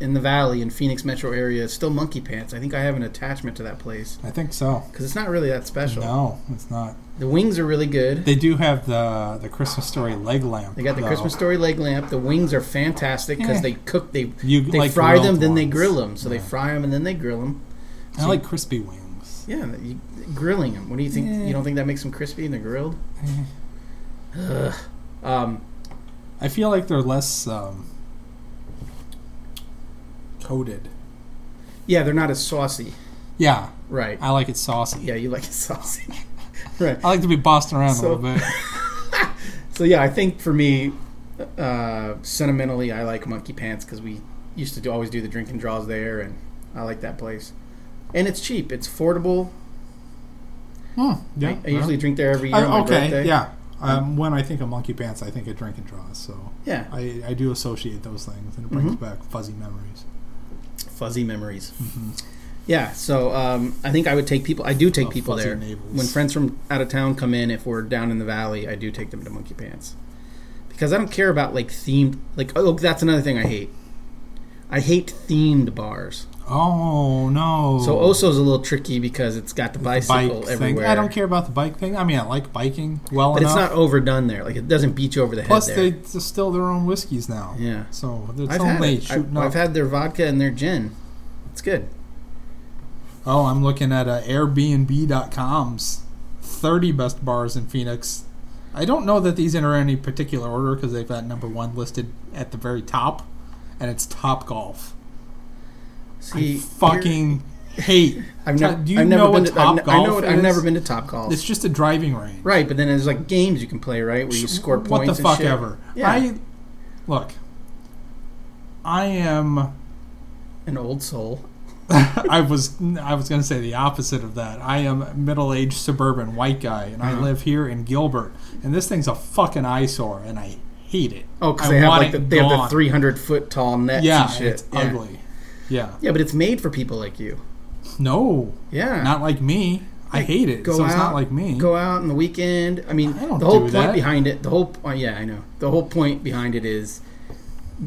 Speaker 4: in the valley in Phoenix metro area is still Monkey Pants. I think I have an attachment to that place
Speaker 3: I think so.
Speaker 4: because it's not really that special.
Speaker 3: No, it's not.
Speaker 4: The wings are really good.
Speaker 3: They do have the the Christmas story leg lamp.
Speaker 4: They got the
Speaker 3: though.
Speaker 4: Christmas story leg lamp. The wings are fantastic because
Speaker 3: Eh.
Speaker 4: they cook they
Speaker 3: You
Speaker 4: they
Speaker 3: like
Speaker 4: fry them,
Speaker 3: grilled
Speaker 4: then they
Speaker 3: ones.
Speaker 4: grill them. So they
Speaker 3: Yeah.
Speaker 4: fry them and then they grill them.
Speaker 3: I like crispy wings.
Speaker 4: Yeah, that you, grilling them. What do you think?
Speaker 3: Yeah.
Speaker 4: You don't think that makes them crispy and they're grilled? Ugh. Um,
Speaker 3: I feel like they're less um, coated.
Speaker 4: yeah, they're not as saucy.
Speaker 3: Yeah,
Speaker 4: Right.
Speaker 3: I like it saucy.
Speaker 4: Yeah, you like it (laughs) saucy. right.
Speaker 3: I like to be bossed around
Speaker 4: So-
Speaker 3: a
Speaker 4: (laughs)
Speaker 3: little bit.
Speaker 4: So yeah, I think for me, uh, sentimentally, I like Monkey Pants because we used to do, always do the drink and draws there, and I like that place. And it's cheap. It's affordable.
Speaker 3: Hmm, yeah,
Speaker 4: I
Speaker 3: yeah.
Speaker 4: usually drink there every year.
Speaker 3: I-
Speaker 4: on my
Speaker 3: Oh, okay,
Speaker 4: birthday.
Speaker 3: yeah. Um, when I think of monkey pants, I think of drink and draws. So
Speaker 4: Yeah.
Speaker 3: I, I do associate those things, and it brings
Speaker 4: Mm-hmm.
Speaker 3: back fuzzy memories.
Speaker 4: Fuzzy memories. Yeah. So um, I think I would take people. I do take
Speaker 3: Mm-hmm. Oh,
Speaker 4: people
Speaker 3: fuzzy
Speaker 4: there
Speaker 3: navels.
Speaker 4: when friends from out of town come in. If we're down in the valley, I do take them to Monkey Pants because I don't care about like themed. Like oh, that's another thing I hate. I hate themed bars.
Speaker 3: Oh no!
Speaker 4: So Oso's a little tricky because it's got the bicycle
Speaker 3: bike
Speaker 4: everywhere.
Speaker 3: thing. I don't care about the bike thing. I mean, I like biking well
Speaker 4: But
Speaker 3: enough.
Speaker 4: it's not overdone there. Like it doesn't beat you over the head.
Speaker 3: Plus,
Speaker 4: there.
Speaker 3: they distill their own whiskeys now.
Speaker 4: Yeah.
Speaker 3: So it's
Speaker 4: I've had,
Speaker 3: only
Speaker 4: it. I-
Speaker 3: shooting up.
Speaker 4: I've had their vodka and their gin. It's good.
Speaker 3: oh, I'm looking at uh, Airbnb.com's 30 best bars in Phoenix. I don't know that these enter any particular order because they've got number one listed at the very top, and it's Top Golf.
Speaker 4: See,
Speaker 3: Fucking hate.
Speaker 4: you're- I've
Speaker 3: Ta-
Speaker 4: never.
Speaker 3: Do you
Speaker 4: I've
Speaker 3: know
Speaker 4: never
Speaker 3: what
Speaker 4: been to, I've,
Speaker 3: Top
Speaker 4: ne- I know.
Speaker 3: Golf
Speaker 4: what- I've never
Speaker 3: is?
Speaker 4: been to Top Golf.
Speaker 3: It's just a driving range.
Speaker 4: right, but then there's like games you can play, right, where you score points.
Speaker 3: What the
Speaker 4: and
Speaker 3: fuck
Speaker 4: shit.
Speaker 3: ever.
Speaker 4: Yeah,
Speaker 3: I look. I am.
Speaker 4: an old soul.
Speaker 3: I was. I was going to say the opposite of that. I am a middle-aged suburban white guy, and
Speaker 4: Mm-hmm.
Speaker 3: I live here in Gilbert. And this thing's a fucking eyesore, and I hate it.
Speaker 4: Oh, because
Speaker 3: I
Speaker 4: they have
Speaker 3: want
Speaker 4: like the,
Speaker 3: it
Speaker 4: they have the
Speaker 3: gone.
Speaker 4: 300 foot tall nets
Speaker 3: Yeah,
Speaker 4: and shit.
Speaker 3: it's
Speaker 4: yeah.
Speaker 3: ugly. Yeah.
Speaker 4: Yeah, but it's made for people like you.
Speaker 3: No,
Speaker 4: Yeah,
Speaker 3: not like me. I hate it.
Speaker 4: go
Speaker 3: so it's
Speaker 4: out-
Speaker 3: not like me.
Speaker 4: go out on the weekend. I mean,
Speaker 3: I don't
Speaker 4: the whole point
Speaker 3: do that.
Speaker 4: behind it, the whole oh, yeah, I know. The whole point behind it is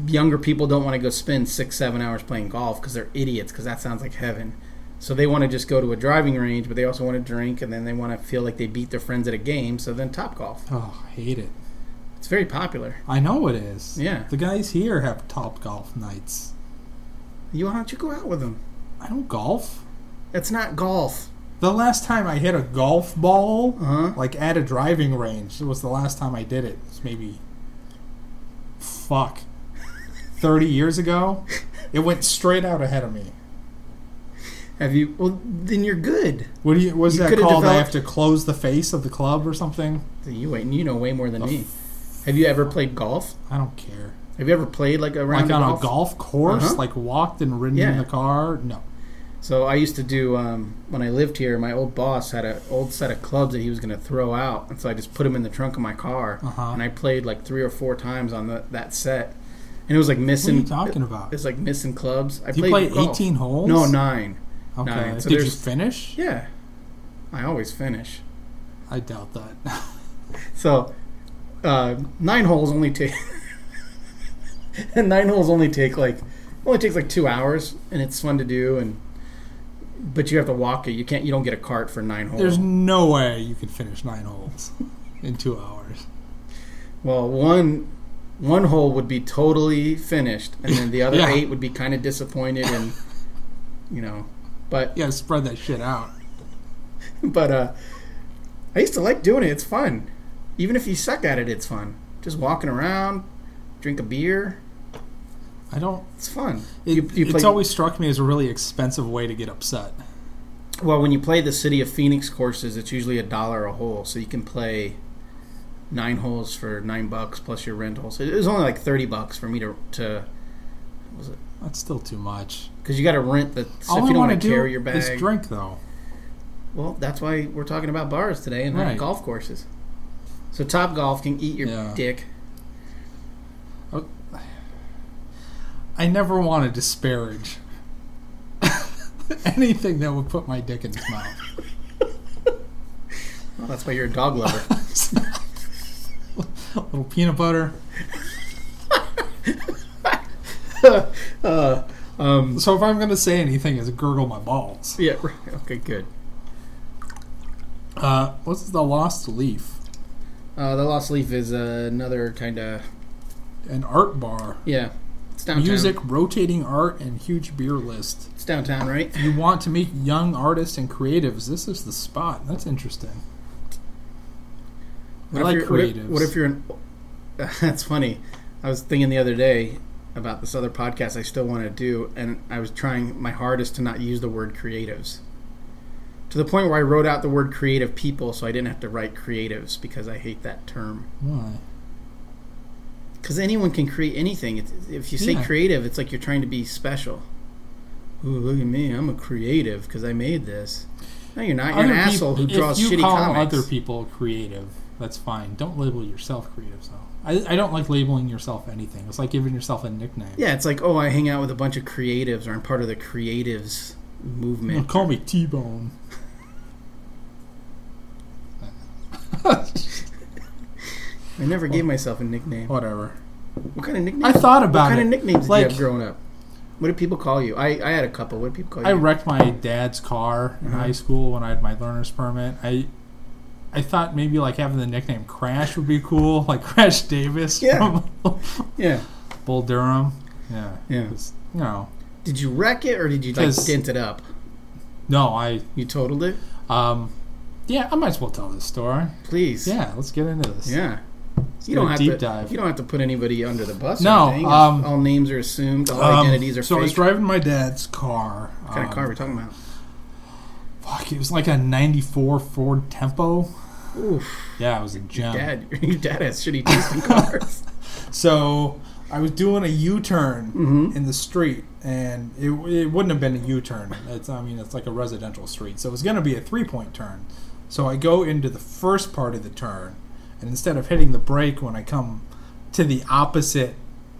Speaker 4: younger people don't want to go spend six, seven hours playing golf because they're idiots. Because that sounds like heaven. So they want to just go to a driving range, but they also want to drink, and then they want to feel like they beat their friends at a game. So then Top Golf,
Speaker 3: Oh, I hate it.
Speaker 4: it's very popular.
Speaker 3: I know it is.
Speaker 4: Yeah.
Speaker 3: The guys here have top golf nights.
Speaker 4: You why don't you go out with them?
Speaker 3: I don't golf.
Speaker 4: It's not golf.
Speaker 3: The last time I hit a golf ball,
Speaker 4: Uh-huh.
Speaker 3: like at a driving range, it was the last time I did it. It's maybe
Speaker 4: (laughs)
Speaker 3: fuck, thirty years ago. It went straight out ahead of me.
Speaker 4: Have you? Well, then you're good.
Speaker 3: What do you? What's
Speaker 4: You
Speaker 3: that
Speaker 4: could've
Speaker 3: called? I
Speaker 4: developed-
Speaker 3: have to close the face of the club or something.
Speaker 4: You wait. You know way more
Speaker 3: Oh.
Speaker 4: than me. Have you ever played golf?
Speaker 3: I don't care.
Speaker 4: Have you ever played like a round
Speaker 3: Like
Speaker 4: of
Speaker 3: on
Speaker 4: golf?
Speaker 3: a golf course,
Speaker 4: Uh-huh.
Speaker 3: like walked and ridden
Speaker 4: Yeah.
Speaker 3: in the car. No,
Speaker 4: So I used to do um, when I lived here. My old boss had an old set of clubs that he was going to throw out, and so I just put them in the trunk of my car,
Speaker 3: Uh-huh.
Speaker 4: and I played like three or four times on the, that set, and it was like
Speaker 3: what are
Speaker 4: missing.
Speaker 3: you talking about?
Speaker 4: It's like missing clubs. I
Speaker 3: You
Speaker 4: played
Speaker 3: played
Speaker 4: golf.
Speaker 3: eighteen holes.
Speaker 4: No, nine.
Speaker 3: Okay.
Speaker 4: nine. So
Speaker 3: Did you
Speaker 4: there's-
Speaker 3: finish?
Speaker 4: Yeah, I always finish.
Speaker 3: I doubt that. (laughs)
Speaker 4: Oh. So uh, nine holes only take, (laughs) and nine holes only take like only takes like two hours, and it's fun to do, and but you have to walk it. You can't. You don't get a cart for nine holes.
Speaker 3: There's no way you can finish nine holes in two hours.
Speaker 4: Well, one one hole would be totally finished, and then the other
Speaker 3: Yeah.
Speaker 4: eight would be kind of disappointed, and you know, but
Speaker 3: Yeah, spread that shit out.
Speaker 4: but uh, I used to like doing it. It's fun, even if you suck at it, it's fun. Just walking around, drink a beer,
Speaker 3: I don't.
Speaker 4: it's fun.
Speaker 3: It,
Speaker 4: you, you
Speaker 3: it's
Speaker 4: play,
Speaker 3: always struck me as a really expensive way to get upset.
Speaker 4: well when you play the City of Phoenix courses, it's usually a dollar a hole, so you can play nine holes for nine bucks plus your rent holes. It was only like thirty bucks for me to to
Speaker 3: That's still too much.
Speaker 4: because you got to rent the stuff
Speaker 3: All
Speaker 4: you
Speaker 3: I
Speaker 4: don't
Speaker 3: want
Speaker 4: want
Speaker 3: to
Speaker 4: to
Speaker 3: do
Speaker 4: carry your bag.
Speaker 3: is drink, though.
Speaker 4: Well, that's why we're talking about bars today and not
Speaker 3: Right.
Speaker 4: golf courses. So Top Golf can eat your
Speaker 3: Yeah.
Speaker 4: dick.
Speaker 3: I never want to disparage (laughs) anything that would put my dick in his mouth. (laughs)
Speaker 4: Well, that's why you're a dog
Speaker 3: (laughs)
Speaker 4: lover.
Speaker 3: little peanut butter.
Speaker 4: (laughs) uh, um,
Speaker 3: So if I'm gonna say anything, it's gurgle my balls.
Speaker 4: yeah. right. Okay. Good.
Speaker 3: Uh, what's the lost leaf?
Speaker 4: Uh, the Lost Leaf is uh, another kind of
Speaker 3: An art bar,
Speaker 4: yeah. It's downtown.
Speaker 3: music, rotating art, and huge beer list.
Speaker 4: It's downtown, right?
Speaker 3: You want to meet young artists and creatives? This is the spot. That's interesting. I like
Speaker 4: you're, what if-
Speaker 3: creatives.
Speaker 4: What if you're an? (laughs) That's funny. I was thinking the other day about this other podcast I still want to do, and I was trying my hardest to not use the word creatives. To the point where I wrote out the word creative people, so I didn't have to write creatives because I hate that term.
Speaker 3: Why?
Speaker 4: Because anyone can create anything. It's, if you say
Speaker 3: Yeah.
Speaker 4: creative, it's like you're trying to be special. Ooh, look at me! I'm a creative because I made this. No, you're not. You're an
Speaker 3: Other peop-
Speaker 4: asshole who draws
Speaker 3: if you
Speaker 4: shitty
Speaker 3: call
Speaker 4: comics.
Speaker 3: other people creative, that's fine. Don't label yourself creative, though. I, I don't like labeling yourself anything. It's like giving yourself a nickname.
Speaker 4: Yeah, it's like, oh, I hang out with a bunch of creatives, or I'm part of the creatives
Speaker 3: Well,
Speaker 4: movement.
Speaker 3: call me T Bone.
Speaker 4: I never gave myself a nickname.
Speaker 3: Whatever.
Speaker 4: What kind of nickname?
Speaker 3: Oh. I thought about
Speaker 4: what kind
Speaker 3: it.
Speaker 4: of nicknames did
Speaker 3: Like-
Speaker 4: you have growing up? What did people call you? I, I had a couple. What did people call
Speaker 3: I
Speaker 4: you?
Speaker 3: wrecked my dad's car
Speaker 4: Mm-hmm.
Speaker 3: in high school when I had my learner's permit. I I thought maybe like having the nickname Crash would be cool, (laughs) like Crash Davis
Speaker 4: Yeah.
Speaker 3: from (laughs)
Speaker 4: yeah.
Speaker 3: Bull Durham. Yeah.
Speaker 4: Yeah.
Speaker 3: 'Cause, You know.
Speaker 4: Did you wreck it, or did you like
Speaker 3: 'Cause-
Speaker 4: dent it up?
Speaker 3: No, I
Speaker 4: You totaled it.
Speaker 3: um yeah, I might as well tell this story.
Speaker 4: Please.
Speaker 3: Yeah, let's get into this.
Speaker 4: Yeah. You
Speaker 3: do
Speaker 4: don't
Speaker 3: a
Speaker 4: have
Speaker 3: deep
Speaker 4: to.
Speaker 3: dive.
Speaker 4: You don't have to put anybody under the bus.
Speaker 3: No,
Speaker 4: Or anything. It's-
Speaker 3: um,
Speaker 4: all names are assumed. All
Speaker 3: Um,
Speaker 4: identities are
Speaker 3: so um, I was
Speaker 4: fake.
Speaker 3: driving my dad's car.
Speaker 4: what kind of car are we talking about?
Speaker 3: Fuck, it was like a '94 Ford Tempo.
Speaker 4: Oof.
Speaker 3: Yeah, it was a gem.
Speaker 4: Dad, (laughs) your dad has shitty taste
Speaker 3: (laughs)
Speaker 4: in cars.
Speaker 3: So I was doing a U turn in the street, and it, it wouldn't have been a U turn. It's I mean it's like a residential street, so it was going to be a three point turn. So I go into the first part of the turn, and instead of hitting the brake when I come to the opposite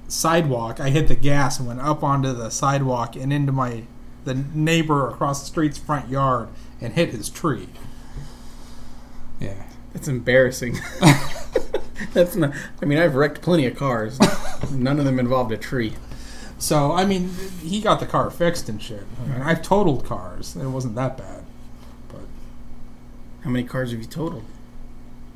Speaker 3: sidewalk, I hit the gas and went up onto the sidewalk and into my the neighbor across the street's front yard and hit his tree. Yeah.
Speaker 4: That's embarrassing. (laughs) That's not. I mean, I've wrecked plenty of cars. None of them involved a tree.
Speaker 3: So I mean, he got the car fixed and shit. I mean, I've totaled cars; it wasn't that bad. But
Speaker 4: How many cars have you totaled?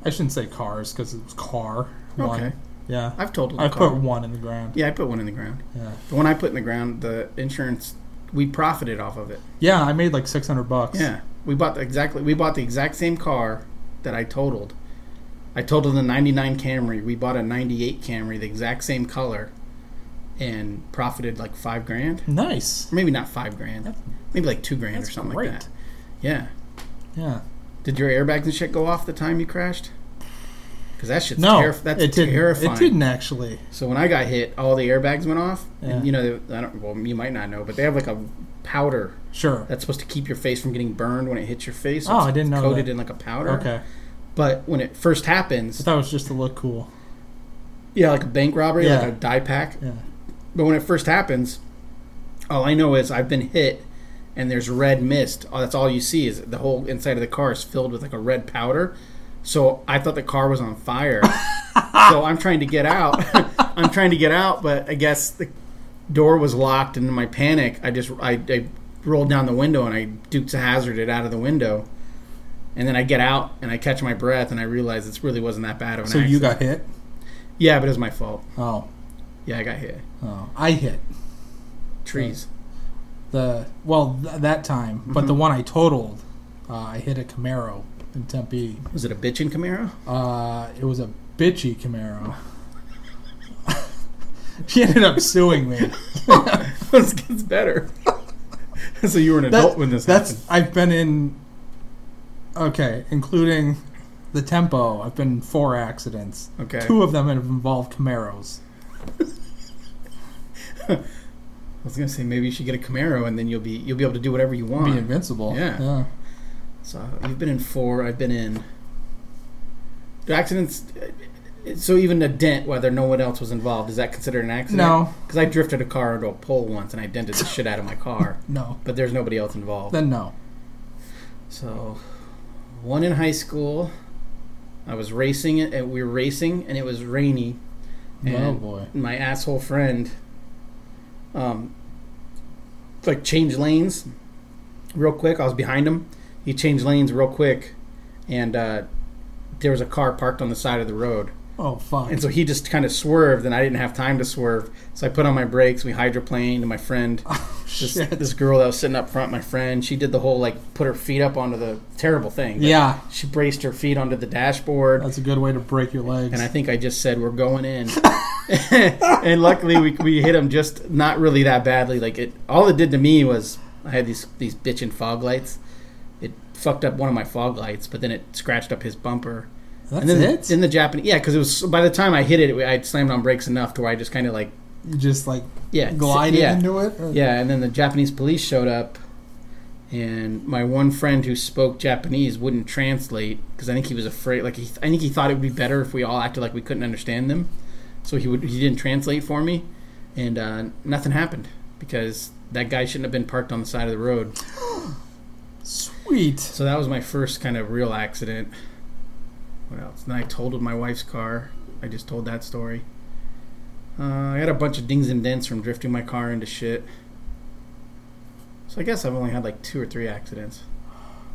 Speaker 3: I shouldn't say cars because it was car. One.
Speaker 4: Okay,
Speaker 3: Yeah.
Speaker 4: I've totaled. a
Speaker 3: I
Speaker 4: car.
Speaker 3: put one in the ground.
Speaker 4: Yeah, I put one in the ground.
Speaker 3: Yeah.
Speaker 4: The one I put in the ground, the insurance, we profited off of it.
Speaker 3: Yeah, I made like six hundred bucks.
Speaker 4: Yeah, we bought the exactly. We bought the exact same car that I totaled. I totaled the '99 Camry. We bought a '98 Camry, the exact same color, and profited like five grand.
Speaker 3: Nice.
Speaker 4: Maybe not five grand. Maybe like two grand or
Speaker 3: That's
Speaker 4: something
Speaker 3: great.
Speaker 4: like that. Yeah.
Speaker 3: Yeah.
Speaker 4: Did your airbags and shit go off the time you crashed? Because that shit's
Speaker 3: No,
Speaker 4: terrif- that's
Speaker 3: it didn't.
Speaker 4: terrifying.
Speaker 3: It didn't actually.
Speaker 4: So when I got hit, all the airbags went off.
Speaker 3: Yeah.
Speaker 4: And you know, they- I don't. Well, you might not know, but they have like a powder
Speaker 3: Sure.
Speaker 4: that's supposed to keep your face from getting burned when it hits your face.
Speaker 3: Oh,
Speaker 4: it's
Speaker 3: I didn't know
Speaker 4: Coated
Speaker 3: that.
Speaker 4: in like a powder.
Speaker 3: Okay.
Speaker 4: But when it first happens,
Speaker 3: So that was just to look cool.
Speaker 4: yeah, like a bank robbery,
Speaker 3: Yeah.
Speaker 4: like a die pack.
Speaker 3: Yeah.
Speaker 4: But when it first happens, all I know is I've been hit, and there's red mist. All, that's all you see is the whole inside of the car is filled with like a red powder. So I thought the car was on fire. so I'm trying to get out. (laughs) I'm trying to get out, but I guess the door was locked, and in my panic, I just I, I rolled down the window and I Dukes hazarded out of the window. And then I get out and I catch my breath and I realize this really wasn't that bad of an
Speaker 3: So
Speaker 4: accident.
Speaker 3: you got hit.
Speaker 4: Yeah, but it was my fault.
Speaker 3: Oh,
Speaker 4: Yeah, I got hit.
Speaker 3: oh, I hit
Speaker 4: Trees.
Speaker 3: the well th- that time, but
Speaker 4: Mm-hmm.
Speaker 3: the one I totaled, uh, I hit a Camaro in Tempe.
Speaker 4: Was it a bitchin' Camaro?
Speaker 3: Uh, it was a bitchy Camaro. (laughs) she ended up
Speaker 4: (laughs)
Speaker 3: suing me.
Speaker 4: this gets better. (laughs) so you were an adult
Speaker 3: That-
Speaker 4: when this
Speaker 3: that's
Speaker 4: happened.
Speaker 3: I've been in. Okay, including the tempo, I've been in four accidents.
Speaker 4: Okay.
Speaker 3: Two of them have involved Camaros.
Speaker 4: I was gonna say maybe you should get a Camaro and then you'll be you'll be able to do whatever you
Speaker 3: Be
Speaker 4: want.
Speaker 3: invincible.
Speaker 4: Yeah.
Speaker 3: yeah.
Speaker 4: So you've been in four. I've been in. Do accidents? uh, So even a dent, whether no one else was involved, is that considered an accident?
Speaker 3: No.
Speaker 4: because I drifted a car into a pole once and I dented the shit out of my car,
Speaker 3: No.
Speaker 4: but there's nobody else involved.
Speaker 3: Then no.
Speaker 4: So, one in high school. I was racing it, and we were racing, and it was rainy.
Speaker 3: oh
Speaker 4: And
Speaker 3: boy.
Speaker 4: my asshole friend um like changed lanes real quick i was behind him he changed lanes real quick and uh there was a car parked on the side of the road
Speaker 3: Oh fuck.
Speaker 4: and so he just kind of swerved and i didn't have time to swerve so i put on my brakes we hydroplaned and my friend
Speaker 3: (laughs)
Speaker 4: this,
Speaker 3: Shit.
Speaker 4: this girl that was sitting up front my friend she did the whole like put her feet up onto the terrible thing but
Speaker 3: Yeah,
Speaker 4: she braced her feet onto the dashboard
Speaker 3: that's a good way to break your legs.
Speaker 4: and I think I just said we're going
Speaker 3: (laughs)
Speaker 4: in. (laughs) and luckily, we, we hit him just not really that badly. Like it, all it did to me was I had these these bitchin' fog lights. It fucked up one of my fog lights, but then it scratched up his bumper.
Speaker 3: that's
Speaker 4: and then
Speaker 3: it.
Speaker 4: in the Japanese, yeah, because it was by the time I hit it, I would slammed on brakes enough to where I just kind of like
Speaker 3: you just like
Speaker 4: yeah
Speaker 3: glided
Speaker 4: yeah,
Speaker 3: into it. Or?
Speaker 4: yeah. And then the Japanese police showed up. And my one friend who spoke Japanese wouldn't translate because I think he was afraid. Like he, I think he thought it would be better if we all acted like we couldn't understand them. So he would he didn't translate for me, and uh, nothing happened because that guy shouldn't have been parked on the side of the road.
Speaker 3: Sweet.
Speaker 4: So that was my first kind of real accident. What else? Then I told with my wife's car. I just told that story. Uh, I got a bunch of dings and dents from drifting my car into shit. So I guess I've only had like two or three accidents.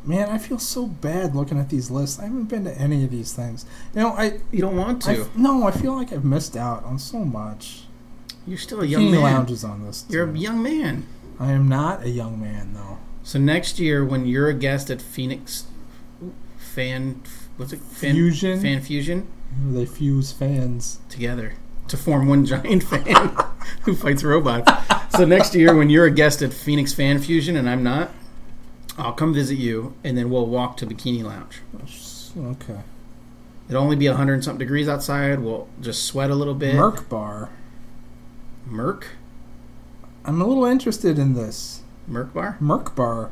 Speaker 3: Man, I feel so bad looking at these lists. I haven't been to any of these things. You know, I,
Speaker 4: You don't want
Speaker 3: I
Speaker 4: to.
Speaker 3: f- no, I feel like I've missed out on so much.
Speaker 4: You're still a young
Speaker 3: Young
Speaker 4: man.
Speaker 3: lounges on this.
Speaker 4: You're a
Speaker 3: too.
Speaker 4: young man.
Speaker 3: I am not a young man though.
Speaker 4: So next year, when you're a guest at Phoenix Fan, what's it? Fan
Speaker 3: Fusion?
Speaker 4: Fan Fusion
Speaker 3: They fuse fans.
Speaker 4: together to form one giant (laughs) fan who fights robots. So next year, when you're a guest at Phoenix Fan Fusion and I'm not, I'll come visit you, and then we'll walk to Bikini Lounge.
Speaker 3: Okay.
Speaker 4: It'll only be a hundred and something degrees outside. We'll just sweat a little bit.
Speaker 3: Merc bar.
Speaker 4: Merc,
Speaker 3: I'm a little interested in this.
Speaker 4: Merc Bar,
Speaker 3: Merc bar.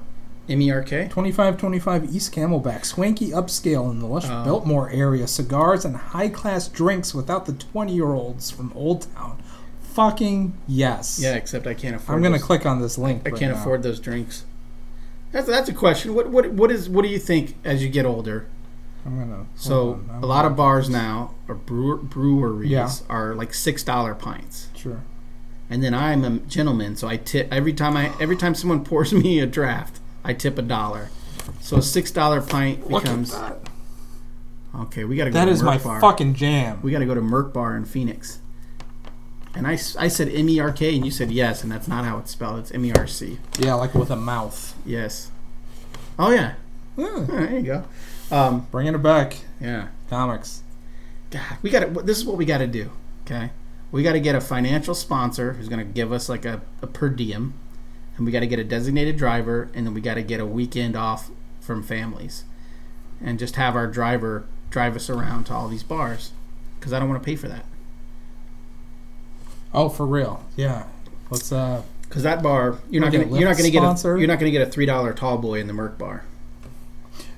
Speaker 4: M E R K.
Speaker 3: 2525 East Camelback, swanky upscale in the lush
Speaker 4: Oh.
Speaker 3: Biltmore area, cigars and high class drinks without the 20 year olds from Old Town. Fucking yes.
Speaker 4: Yeah, except I can't afford.
Speaker 3: I'm going to
Speaker 4: those-
Speaker 3: click on this link.
Speaker 4: I
Speaker 3: right
Speaker 4: can't
Speaker 3: now.
Speaker 4: afford those drinks. That's that's a question. What what what is what do you think as you get older?
Speaker 3: I'm going to.
Speaker 4: So a lot of bars now or brewer, breweries
Speaker 3: Yeah.
Speaker 4: are like six dollar pints.
Speaker 3: Sure.
Speaker 4: and then I'm a gentleman, so I tip every time I every time someone (laughs) pours me a draft, I tip a dollar. So a six dollar pint becomes okay. We gotta go.
Speaker 3: That
Speaker 4: to
Speaker 3: is
Speaker 4: Merc
Speaker 3: my
Speaker 4: bar.
Speaker 3: fucking jam.
Speaker 4: We gotta go to Merc Bar in Phoenix. And I, s- I said M E R K, and you said yes, and that's not how it's spelled. It's M E R C.
Speaker 3: yeah, like with a mouth.
Speaker 4: Yes. Oh yeah.
Speaker 3: Yeah.
Speaker 4: Oh, there you go. Um,
Speaker 3: Bringing it back.
Speaker 4: yeah.
Speaker 3: Comics.
Speaker 4: God, we got to. This is what we got to do. Okay, we got to get a financial sponsor who's going to give us like a, a per diem, and we got to get a designated driver, and then we got to get a weekend off from families, and just have our driver drive us around to all these bars, because I don't want to pay for that.
Speaker 3: Oh, for real. Yeah. Let's, uh,
Speaker 4: Because that bar, you're not
Speaker 3: We'll get
Speaker 4: going
Speaker 3: a
Speaker 4: to you're not
Speaker 3: Lyft
Speaker 4: going to get
Speaker 3: sponsor.
Speaker 4: a you're not going to get a three dollar tall boy in the Merc bar.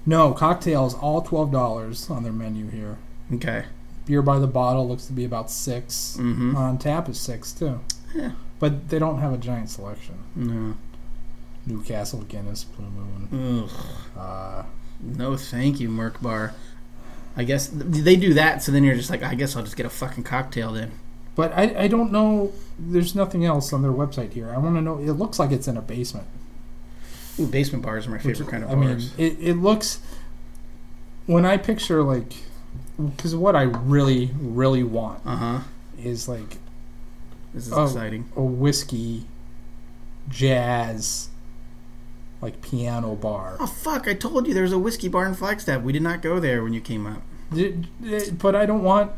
Speaker 3: no, cocktails, all $12 on their menu here.
Speaker 4: Okay,
Speaker 3: beer by the bottle looks to be about 6
Speaker 4: Mhm.
Speaker 3: On tap is six too.
Speaker 4: Yeah.
Speaker 3: But they don't have a giant selection.
Speaker 4: no,
Speaker 3: Newcastle, Guinness, Blue Moon.
Speaker 4: Ugh.
Speaker 3: Uh,
Speaker 4: no, thank you, Merc bar. I guess th- they do that, so then you're just like, I guess I'll just get a fucking cocktail then.
Speaker 3: but I, I don't know. There's nothing else on their website here. I want to know. It looks like it's in a basement.
Speaker 4: Ooh, basement bars are my favorite kind of
Speaker 3: I mean,
Speaker 4: bars.
Speaker 3: it, it looks. When I picture like because what I really, really want
Speaker 4: Uh huh.
Speaker 3: is like
Speaker 4: This is
Speaker 3: Oh.
Speaker 4: exciting.
Speaker 3: a whiskey, jazz, like piano bar.
Speaker 4: Oh fuck! I told you there's a whiskey bar in Flagstaff. We did not go there when you came up.
Speaker 3: D- d- But I don't want,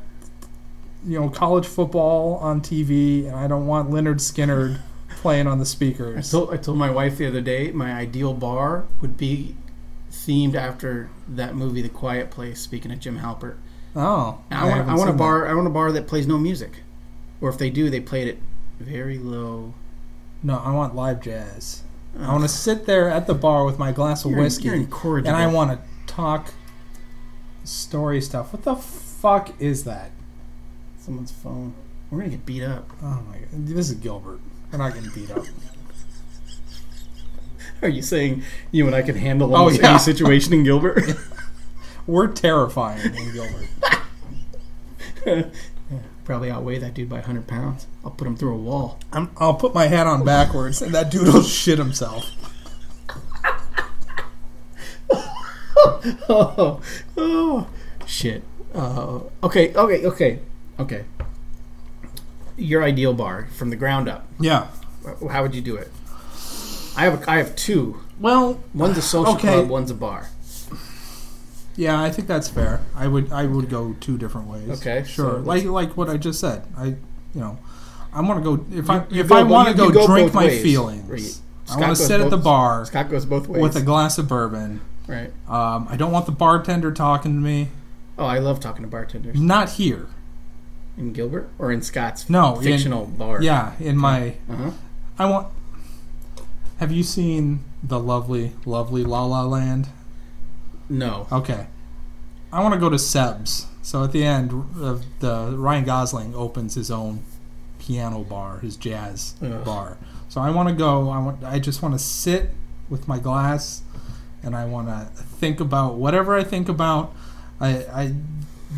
Speaker 3: you know, college football on TV, and I don't want Leonard Skinner playing on the
Speaker 4: I
Speaker 3: speakers.
Speaker 4: told I told my wife the other day my ideal bar would be themed after that movie, The Quiet Place. Speaking of Jim Halpert,
Speaker 3: Oh,
Speaker 4: I want
Speaker 3: haven't
Speaker 4: I want a
Speaker 3: seen that.
Speaker 4: bar I want a bar that plays no music, or if they do, they play it at very low.
Speaker 3: No, I want live jazz. I want to sit there at the bar with my glass of
Speaker 4: Oh. You're-
Speaker 3: whiskey,
Speaker 4: you're incorrigible.
Speaker 3: and I want to talk story stuff. What the fuck is that?
Speaker 4: Someone's phone. We're gonna get beat up.
Speaker 3: Oh my god, this is Gilbert. We're not getting beat up.
Speaker 4: (laughs) Are you saying you and I can handle
Speaker 3: Oh,
Speaker 4: almost
Speaker 3: yeah.
Speaker 4: any situation in (laughs) Gilbert?
Speaker 3: We're terrifying in Gilbert.
Speaker 4: Probably outweigh that dude by 100 pounds. I'll put him through a wall.
Speaker 3: I'm, I'll put my hat on backwards, and that dude will shit himself.
Speaker 4: Oh, oh, shit. Uh, okay, okay, okay, okay. Your ideal bar from the ground up.
Speaker 3: Yeah.
Speaker 4: How would you do it? I have a, I have two.
Speaker 3: Well,
Speaker 4: One's a social
Speaker 3: Okay.
Speaker 4: club. One's a bar.
Speaker 3: yeah, I think that's fair. I would I would go two different ways.
Speaker 4: Okay,
Speaker 3: sure.
Speaker 4: so
Speaker 3: like like what I just said. I you know I want to go if I
Speaker 4: you
Speaker 3: if
Speaker 4: go
Speaker 3: I
Speaker 4: bo-
Speaker 3: want
Speaker 4: you-
Speaker 3: to
Speaker 4: you
Speaker 3: go,
Speaker 4: go
Speaker 3: drink
Speaker 4: both
Speaker 3: my
Speaker 4: ways.
Speaker 3: feelings.
Speaker 4: Right.
Speaker 3: I
Speaker 4: Scott
Speaker 3: want to
Speaker 4: goes
Speaker 3: sit at the
Speaker 4: both-
Speaker 3: bar
Speaker 4: Scott goes both ways.
Speaker 3: with a glass of bourbon.
Speaker 4: right.
Speaker 3: Um, I don't want the bartender talking to me.
Speaker 4: Oh, I love talking to bartenders
Speaker 3: Not here.
Speaker 4: in Gilbert or in Scott's
Speaker 3: No, in-
Speaker 4: fictional bar.
Speaker 3: Yeah, in my
Speaker 4: Uh-huh.
Speaker 3: I want. Have you seen the lovely, lovely La La Land?
Speaker 4: No.
Speaker 3: Okay. I want to go to Seb's. So at the end of the Ryan Gosling opens his own piano bar, his jazz
Speaker 4: Ugh.
Speaker 3: bar. So I want to go. I want. I just want to sit with my glass, and I want to think about whatever I think about. I, I,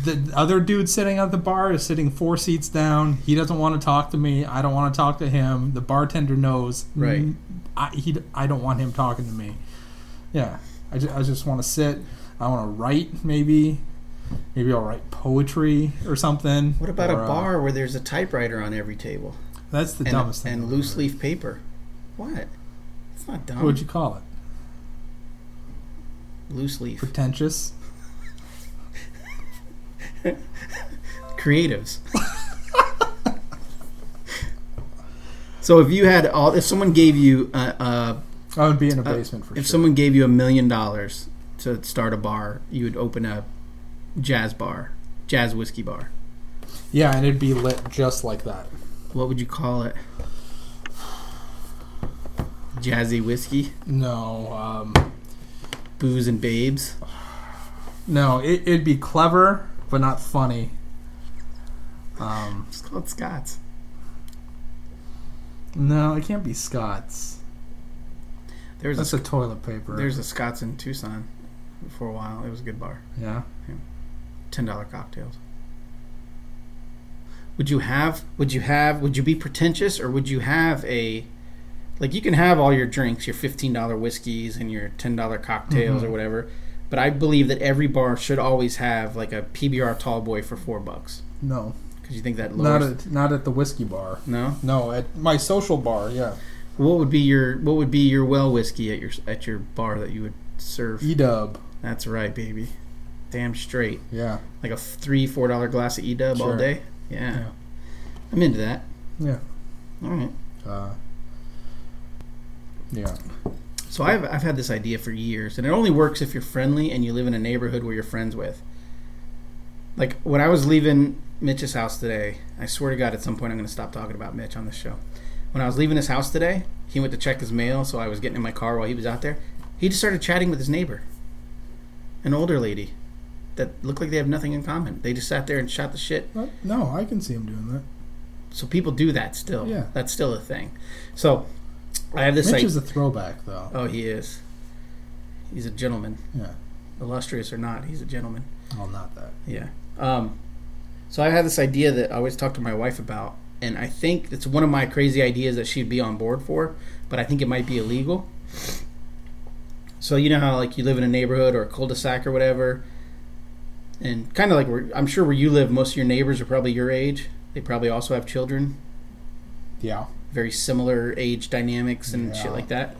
Speaker 3: the other dude sitting at the bar is sitting four seats down. He doesn't want to talk to me. I don't want to talk to him. The bartender knows.
Speaker 4: Right.
Speaker 3: Mm, I he. I don't want him talking to me. Yeah. I just, I just want to sit. I want to write, maybe. Maybe I'll write poetry or something.
Speaker 4: What about
Speaker 3: or,
Speaker 4: a
Speaker 3: uh,
Speaker 4: bar where there's a typewriter on every table
Speaker 3: that's the
Speaker 4: and,
Speaker 3: dumbest thing.
Speaker 4: and loose leaf paper? What? It's not dumb.
Speaker 3: What would you call it?
Speaker 4: loose leaf
Speaker 3: Pretentious.
Speaker 4: creatives. (laughs) so if you had all, if someone gave you a, a
Speaker 3: I would be in a basement for
Speaker 4: Uh, if
Speaker 3: sure.
Speaker 4: someone gave you a million dollars to start a bar, you would open a jazz bar, jazz whiskey bar.
Speaker 3: yeah, and it'd be lit just like that.
Speaker 4: What would you call it? Jazzy whiskey,
Speaker 3: No, um,
Speaker 4: booze and babes.
Speaker 3: no, it, it'd be clever but not funny. Um,
Speaker 4: Just call it Scott's.
Speaker 3: no, it can't be Scott's.
Speaker 4: There's a
Speaker 3: That's a toilet paper.
Speaker 4: There's a Scots in Tucson for a while. It was a good bar.
Speaker 3: yeah.
Speaker 4: Ten dollar cocktails. Would you have would you have would you be pretentious or would you have a like you can have all your drinks, your fifteen dollar whiskeys and your ten dollar cocktails
Speaker 3: Mm-hmm.
Speaker 4: or whatever. But I believe that every bar should always have like a PBR tall boy for four bucks.
Speaker 3: No,
Speaker 4: Because you think that
Speaker 3: not
Speaker 4: lowers
Speaker 3: at not at the whiskey bar.
Speaker 4: No?
Speaker 3: No, at my social bar. Yeah,
Speaker 4: What would be your what would be your well whiskey at your at your bar that you would serve?
Speaker 3: E Dub.
Speaker 4: That's right, baby. Damn straight.
Speaker 3: Yeah,
Speaker 4: like a f- three four dollar glass of E Dub all
Speaker 3: Sure.
Speaker 4: day. Yeah.
Speaker 3: Yeah.
Speaker 4: I'm into that.
Speaker 3: yeah,
Speaker 4: All right.
Speaker 3: uh, yeah.
Speaker 4: So I've I've had this idea for years, and it only works if you're friendly and you live in a neighborhood where you're friends with. Like when I was leaving Mitch's house today, I swear to God, at some point I'm going to stop talking about Mitch on this show. When I was leaving his house today, he went to check his mail, so I was getting in my car while he was out there. He just started chatting with his neighbor, an older lady, that looked like they have nothing in common. They just sat there and shot the shit
Speaker 3: Uh, No, I can see him doing that.
Speaker 4: So people do that still.
Speaker 3: Yeah.
Speaker 4: That's still a thing. So I have this
Speaker 3: Mitch
Speaker 4: idea.
Speaker 3: is a throwback, though.
Speaker 4: oh, he is. He's a gentleman.
Speaker 3: Yeah.
Speaker 4: Illustrious or not, he's a gentleman.
Speaker 3: Well, not that.
Speaker 4: Yeah. Um, so I have this idea that I always talk to my wife about, and I think it's one of my crazy ideas that she'd be on board for, but I think it might be illegal. So you know how like you live in a neighborhood or a cul-de-sac or whatever, and kind of like where I'm sure where you live, most of your neighbors are probably your age. They probably also have children,
Speaker 3: Yeah.
Speaker 4: very similar age dynamics and
Speaker 3: Yeah.
Speaker 4: shit like that.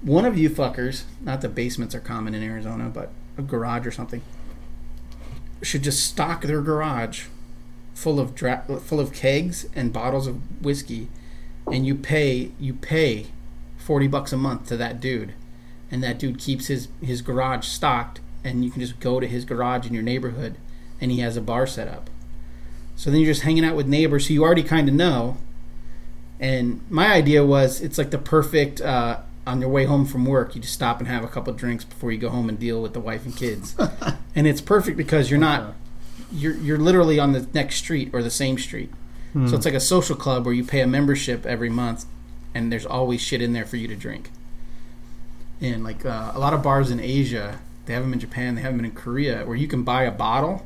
Speaker 4: One of you fuckers, not that basements are common in Arizona, but a garage or something, should just stock their garage full of dra- full of kegs and bottles of whiskey, and you pay you pay forty bucks a month to that dude, and that dude keeps his his garage stocked, and you can just go to his garage in your neighborhood, and he has a bar set up. So then you're just hanging out with neighbors who you already kind of know, and my idea was it's like the perfect uh, on your way home from work, you just stop and have a couple drinks before you go home and deal with the wife and kids. and it's perfect because you're not you're you're literally on the next street or the same street. So it's like a social club where you pay a membership every month and there's always shit in there for you to drink. And like uh, a lot of bars in Asia, they have them in Japan, they have them in Korea where you can buy a bottle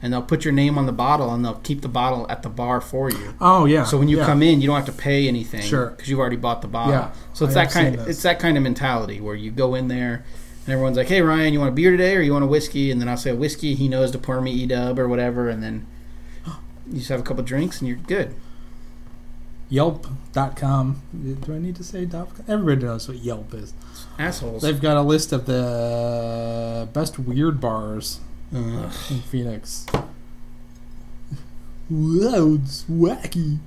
Speaker 4: and they'll put your name on the bottle and they'll keep the bottle at the bar for you.
Speaker 3: Oh yeah.
Speaker 4: So when you
Speaker 3: yeah.
Speaker 4: come in, you don't have to pay anything
Speaker 3: Sure.
Speaker 4: because you've already bought the bottle.
Speaker 3: Yeah,
Speaker 4: So it's that
Speaker 3: I have
Speaker 4: kind.
Speaker 3: seen this.
Speaker 4: it's that kind of mentality where you go in there and everyone's like, "Hey Ryan, you want a beer today, or you want a whiskey?" And then I'll say a whiskey. He knows to pour me E Dub or whatever, and
Speaker 3: (gasps)
Speaker 4: then you just have a couple drinks and you're good.
Speaker 3: Yelp.com. Do I need to say dot? com? Everybody knows what Yelp is.
Speaker 4: Assholes.
Speaker 3: They've got a list of the best weird bars
Speaker 4: Ugh.
Speaker 3: in Phoenix. (laughs) Whoa, it's wacky.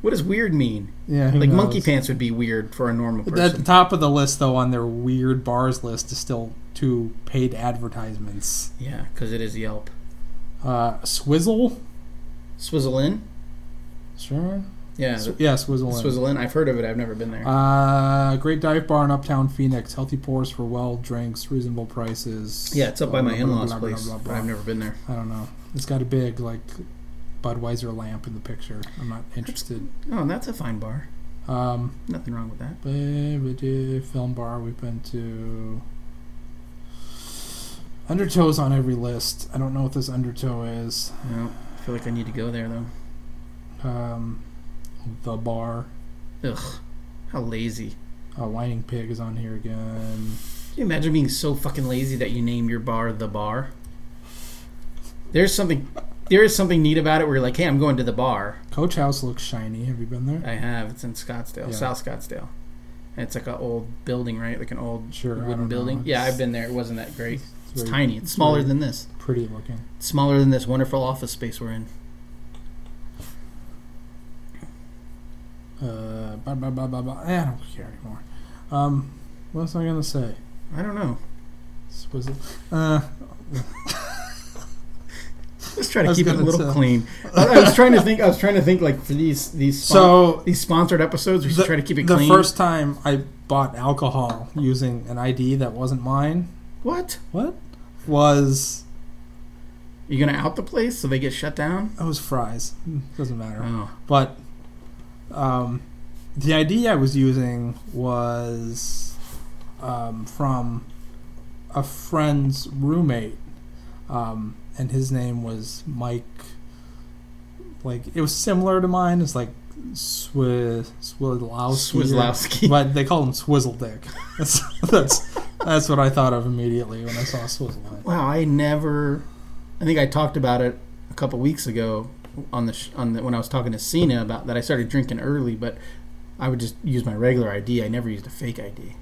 Speaker 4: What does weird mean?
Speaker 3: Yeah, who
Speaker 4: Like
Speaker 3: knows?
Speaker 4: monkey pants would be weird for a normal
Speaker 3: At the
Speaker 4: person.
Speaker 3: top of the list, though, on their weird bars list is still two paid advertisements.
Speaker 4: Yeah, because it is Yelp.
Speaker 3: Uh, Swizzle,
Speaker 4: Swizzle in.
Speaker 3: sure,
Speaker 4: Yeah,
Speaker 3: Sw-
Speaker 4: the-
Speaker 3: yeah, Swizzle. Inn.
Speaker 4: Swizzle in. I've heard of it. I've never been there.
Speaker 3: Uh, great dive bar in Uptown Phoenix. Healthy pours for well drinks, reasonable prices.
Speaker 4: yeah, it's up by
Speaker 3: Blah,
Speaker 4: my
Speaker 3: blah, blah,
Speaker 4: in-laws'
Speaker 3: blah, blah,
Speaker 4: place.
Speaker 3: blah,
Speaker 4: but
Speaker 3: blah.
Speaker 4: I've never been there.
Speaker 3: I don't know. It's got a big like Budweiser lamp in the picture. I'm not interested.
Speaker 4: Oh, and that's a fine bar.
Speaker 3: Um,
Speaker 4: Nothing wrong with that.
Speaker 3: but we do film bar. We've been to. Undertow's on every list. I don't know what this undertow is.
Speaker 4: No, I feel like I need to go there though.
Speaker 3: Um, the bar.
Speaker 4: Ugh, how lazy.
Speaker 3: Uh, Whining Pig is on here again.
Speaker 4: Can you imagine being so fucking lazy that you name your bar the bar? There's something there is something neat about it where you're like, hey, I'm going to the bar.
Speaker 3: Coach House looks shiny. Have you been there?
Speaker 4: I have. It's in Scottsdale,
Speaker 3: Yeah.
Speaker 4: South Scottsdale. And it's like an old building, right? Like an old
Speaker 3: Sure. I don't
Speaker 4: wooden
Speaker 3: know.
Speaker 4: building. Yeah,
Speaker 3: It's-
Speaker 4: I've been there. It wasn't that great. It's
Speaker 3: very
Speaker 4: tiny. It's smaller
Speaker 3: very-
Speaker 4: than this.
Speaker 3: Pretty looking.
Speaker 4: It's smaller than this wonderful office space we're in.
Speaker 3: Uh, blah, blah, blah, blah, blah. Eh, I don't care anymore. Um, what was I gonna say?
Speaker 4: I don't know.
Speaker 3: Swizzle. Uh,
Speaker 4: Let's try
Speaker 3: I
Speaker 4: to
Speaker 3: was
Speaker 4: keep it a
Speaker 3: gonna
Speaker 4: little
Speaker 3: say-
Speaker 4: clean. I, I was trying to think. I was trying to think like for these these spon-
Speaker 3: (laughs) so
Speaker 4: these sponsored episodes. We should
Speaker 3: the,
Speaker 4: try to keep it
Speaker 3: the
Speaker 4: clean.
Speaker 3: first time I bought alcohol using an ID that wasn't mine
Speaker 4: what?
Speaker 3: What? was
Speaker 4: You gonna out the place so they get shut down?
Speaker 3: it was fries. Doesn't matter.
Speaker 4: Oh,
Speaker 3: But um, the ID I was using was um, from a friend's roommate, um, and his name was Mike. Like it was similar to mine. It's like Swiz Swizlowski,
Speaker 4: Swizlowski.
Speaker 3: (laughs) but they call him Swizzle Dick. (laughs) That's that's that's what I thought of immediately when I saw Swizzle.
Speaker 4: Wow, I never. I think I talked about it a couple weeks ago on the sh- on the, when I was talking to Cena about that I started drinking early, but I would just use my regular ID. I never used a fake ID,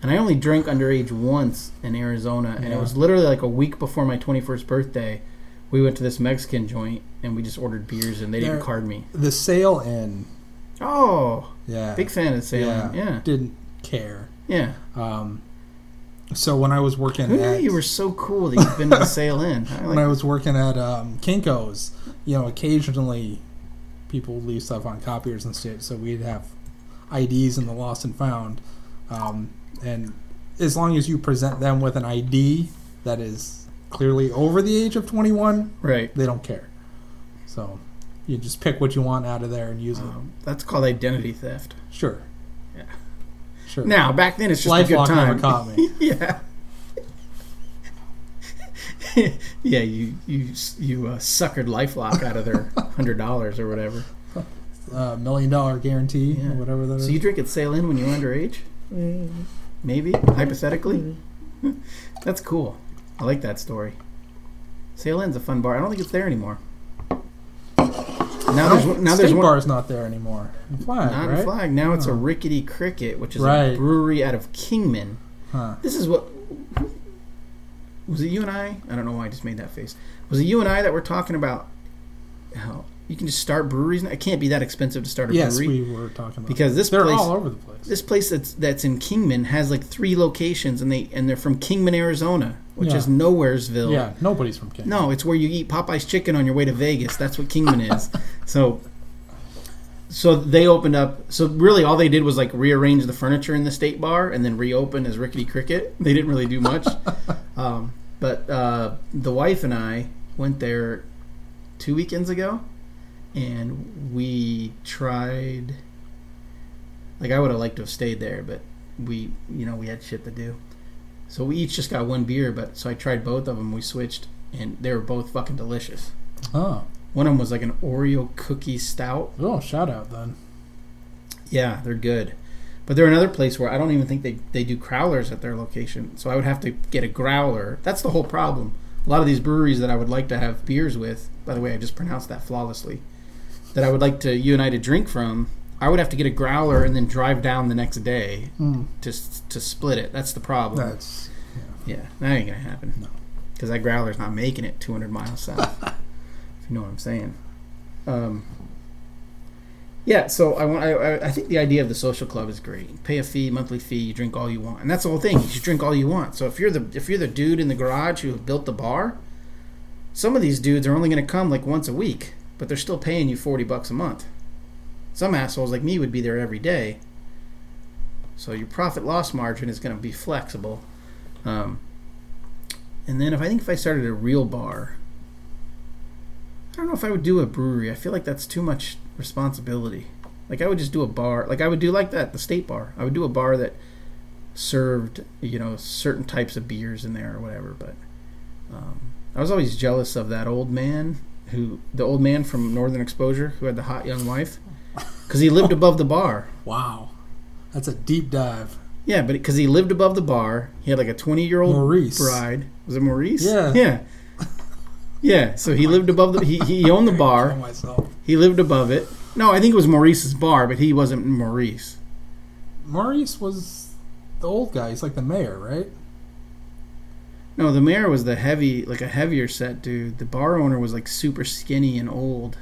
Speaker 4: and I only drank underage once in Arizona, and
Speaker 3: Yeah.
Speaker 4: it was literally like a week before my twenty first birthday. We went to this Mexican joint and we just ordered beers, and they didn't
Speaker 3: There-
Speaker 4: card me.
Speaker 3: The sale in
Speaker 4: Oh,
Speaker 3: yeah
Speaker 4: big fan of Salem. Yeah,
Speaker 3: didn't care.
Speaker 4: yeah.
Speaker 3: Um, so when I was working
Speaker 4: Who knew
Speaker 3: at
Speaker 4: you were so cool that you've been to the Sail Inn? I
Speaker 3: when I
Speaker 4: like-
Speaker 3: was working at um, Kinkos, you know, occasionally people leave stuff on copiers and shit, so we'd have IDs in the lost and found, um, and as long as you present them with an ID that is clearly over the age of 21,
Speaker 4: right.
Speaker 3: they don't care. So you just pick what you want out of there and use it.
Speaker 4: Um, that's called identity theft.
Speaker 3: Sure.
Speaker 4: Yeah.
Speaker 3: Sure.
Speaker 4: Now, back then, it's just a good
Speaker 3: LifeLock
Speaker 4: time. (laughs)
Speaker 3: never caught me.
Speaker 4: yeah. (laughs) yeah, you you you uh, suckered LifeLock out of their hundred dollars or whatever.
Speaker 3: uh, million dollar guarantee
Speaker 4: Yeah.
Speaker 3: or whatever that is.
Speaker 4: So you drink at Sail Inn when you're underage? (laughs) Maybe hypothetically. that's cool. I like that story. Tail End's a fun bar. I don't think it's there anymore.
Speaker 7: I
Speaker 4: Now there's
Speaker 7: don't-
Speaker 4: one- now
Speaker 7: State
Speaker 4: there's one.
Speaker 7: Bar is not there anymore. In Flag,
Speaker 4: Not
Speaker 7: right?
Speaker 4: a flag. Now it's a Rickety Cricket, which is
Speaker 7: Right.
Speaker 4: a brewery out of Kingman.
Speaker 7: Huh.
Speaker 4: This is what. Was it you and I? I don't know why I just made that face. Was it you and I that were talking about how you can just start breweries? now? It can't be that expensive to start a
Speaker 7: Yes,
Speaker 4: brewery.
Speaker 7: we were talking about
Speaker 4: Because this
Speaker 7: They're
Speaker 4: place-
Speaker 7: all over the place.
Speaker 4: This place that's that's in Kingman has like three locations, and they and they're from Kingman, Arizona, which
Speaker 7: Yeah.
Speaker 4: is nowheresville.
Speaker 7: yeah, nobody's from Canada.
Speaker 4: No, it's where you eat Popeye's chicken on your way to Vegas. That's what Kingman is. So, so they opened up. So really, all they did was like rearrange the furniture in the state bar and then reopen as Rickety Cricket. (laughs) They didn't really do much. um, but uh, the wife and I went there two weekends ago, and we tried. Like I would have liked to have stayed there, but we, you know, we had shit to do. So we each just got one beer, but so I tried both of them. We switched, and they were both fucking delicious.
Speaker 7: Oh,
Speaker 4: One of them was like an Oreo cookie stout.
Speaker 7: oh, shout out then.
Speaker 4: Yeah, they're good. But they're another place where I don't even think they, they do growlers at their location. So I would have to get a growler. That's the whole problem. A lot of these breweries that I would like to have beers with, by the way, I just pronounced that flawlessly, that I would like to you and I to drink from, I would have to get a growler and then drive down the next day
Speaker 7: Mm.
Speaker 4: to, s- to split it. That's the problem.
Speaker 7: That's
Speaker 4: Yeah, that ain't gonna happen.
Speaker 7: No.
Speaker 4: because that growler's not making it 200 miles south. if you know what I'm saying. Um. Yeah, so I want. I, I- I think the idea of the social club is great. You pay a fee, monthly fee. You drink all you want, and that's the whole thing. You should drink all you want. So if you're the if you're the dude in the garage who built the bar, some of these dudes are only gonna come like once a week, but they're still paying you 40 bucks a month. Some assholes like me would be there every day. So your profit loss margin is gonna be flexible. Um, and then if I think if I started a real bar, I don't know if I would do a brewery. I feel like that's too much responsibility. Like I would just do a bar. Like I would do like that, the state bar. I would do a bar that served, you know, certain types of beers in there or whatever. But um, I was always jealous of that old man who, the old man from Northern Exposure, who had the hot young wife, because he lived above the bar.
Speaker 7: wow. That's a deep dive.
Speaker 4: Yeah, but because he lived above the bar, he had like a twenty-year-old
Speaker 7: Maurice.
Speaker 4: bride. Was it Maurice?
Speaker 7: Yeah.
Speaker 4: (laughs) yeah, yeah. So he lived above the. He, he owned the
Speaker 7: Kill
Speaker 4: bar.
Speaker 7: myself.
Speaker 4: He lived above it. No, I think it was Maurice's bar, but he wasn't Maurice.
Speaker 7: Maurice was the old guy. He's like the mayor, right?
Speaker 4: No, the mayor was the heavy, like a heavier set dude. The bar owner was like super skinny and old.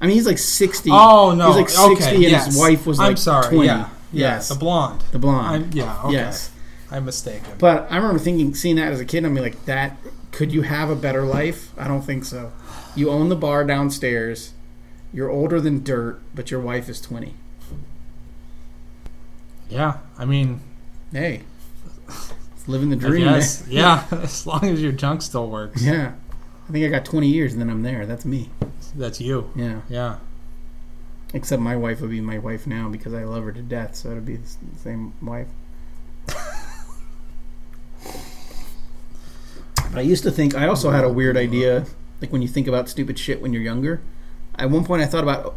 Speaker 4: I mean, he's like sixty.
Speaker 7: Oh no.
Speaker 4: he's like sixty,
Speaker 7: okay,
Speaker 4: and
Speaker 7: yes.
Speaker 4: his wife was like
Speaker 7: I'm sorry.
Speaker 4: twenty.
Speaker 7: Yeah. yeah,
Speaker 4: Yes,
Speaker 7: The
Speaker 4: the,
Speaker 7: blonde.
Speaker 4: blonde.
Speaker 7: I'm, yeah. Okay.
Speaker 4: Yes.
Speaker 7: I'm mistaken.
Speaker 4: But I remember thinking, seeing that as a kid, I'm like, that could you have a better life? I don't think so. You own the bar downstairs. You're older than dirt, but your wife is 20.
Speaker 7: yeah. I mean,
Speaker 4: Hey, it's living the
Speaker 7: I
Speaker 4: dream. man.
Speaker 7: guess. Yeah. (laughs) As long as your junk still works,
Speaker 4: (laughs) Yeah. I think I got 20 years and then I'm there. That's me.
Speaker 7: that's you.
Speaker 4: Yeah.
Speaker 7: Yeah.
Speaker 4: Except my wife would be my wife now because I love her to death, so it'd be the s- the same wife. but (laughs) I used to think I also had a weird idea, like when you think about stupid shit when you're younger. At one point, I thought about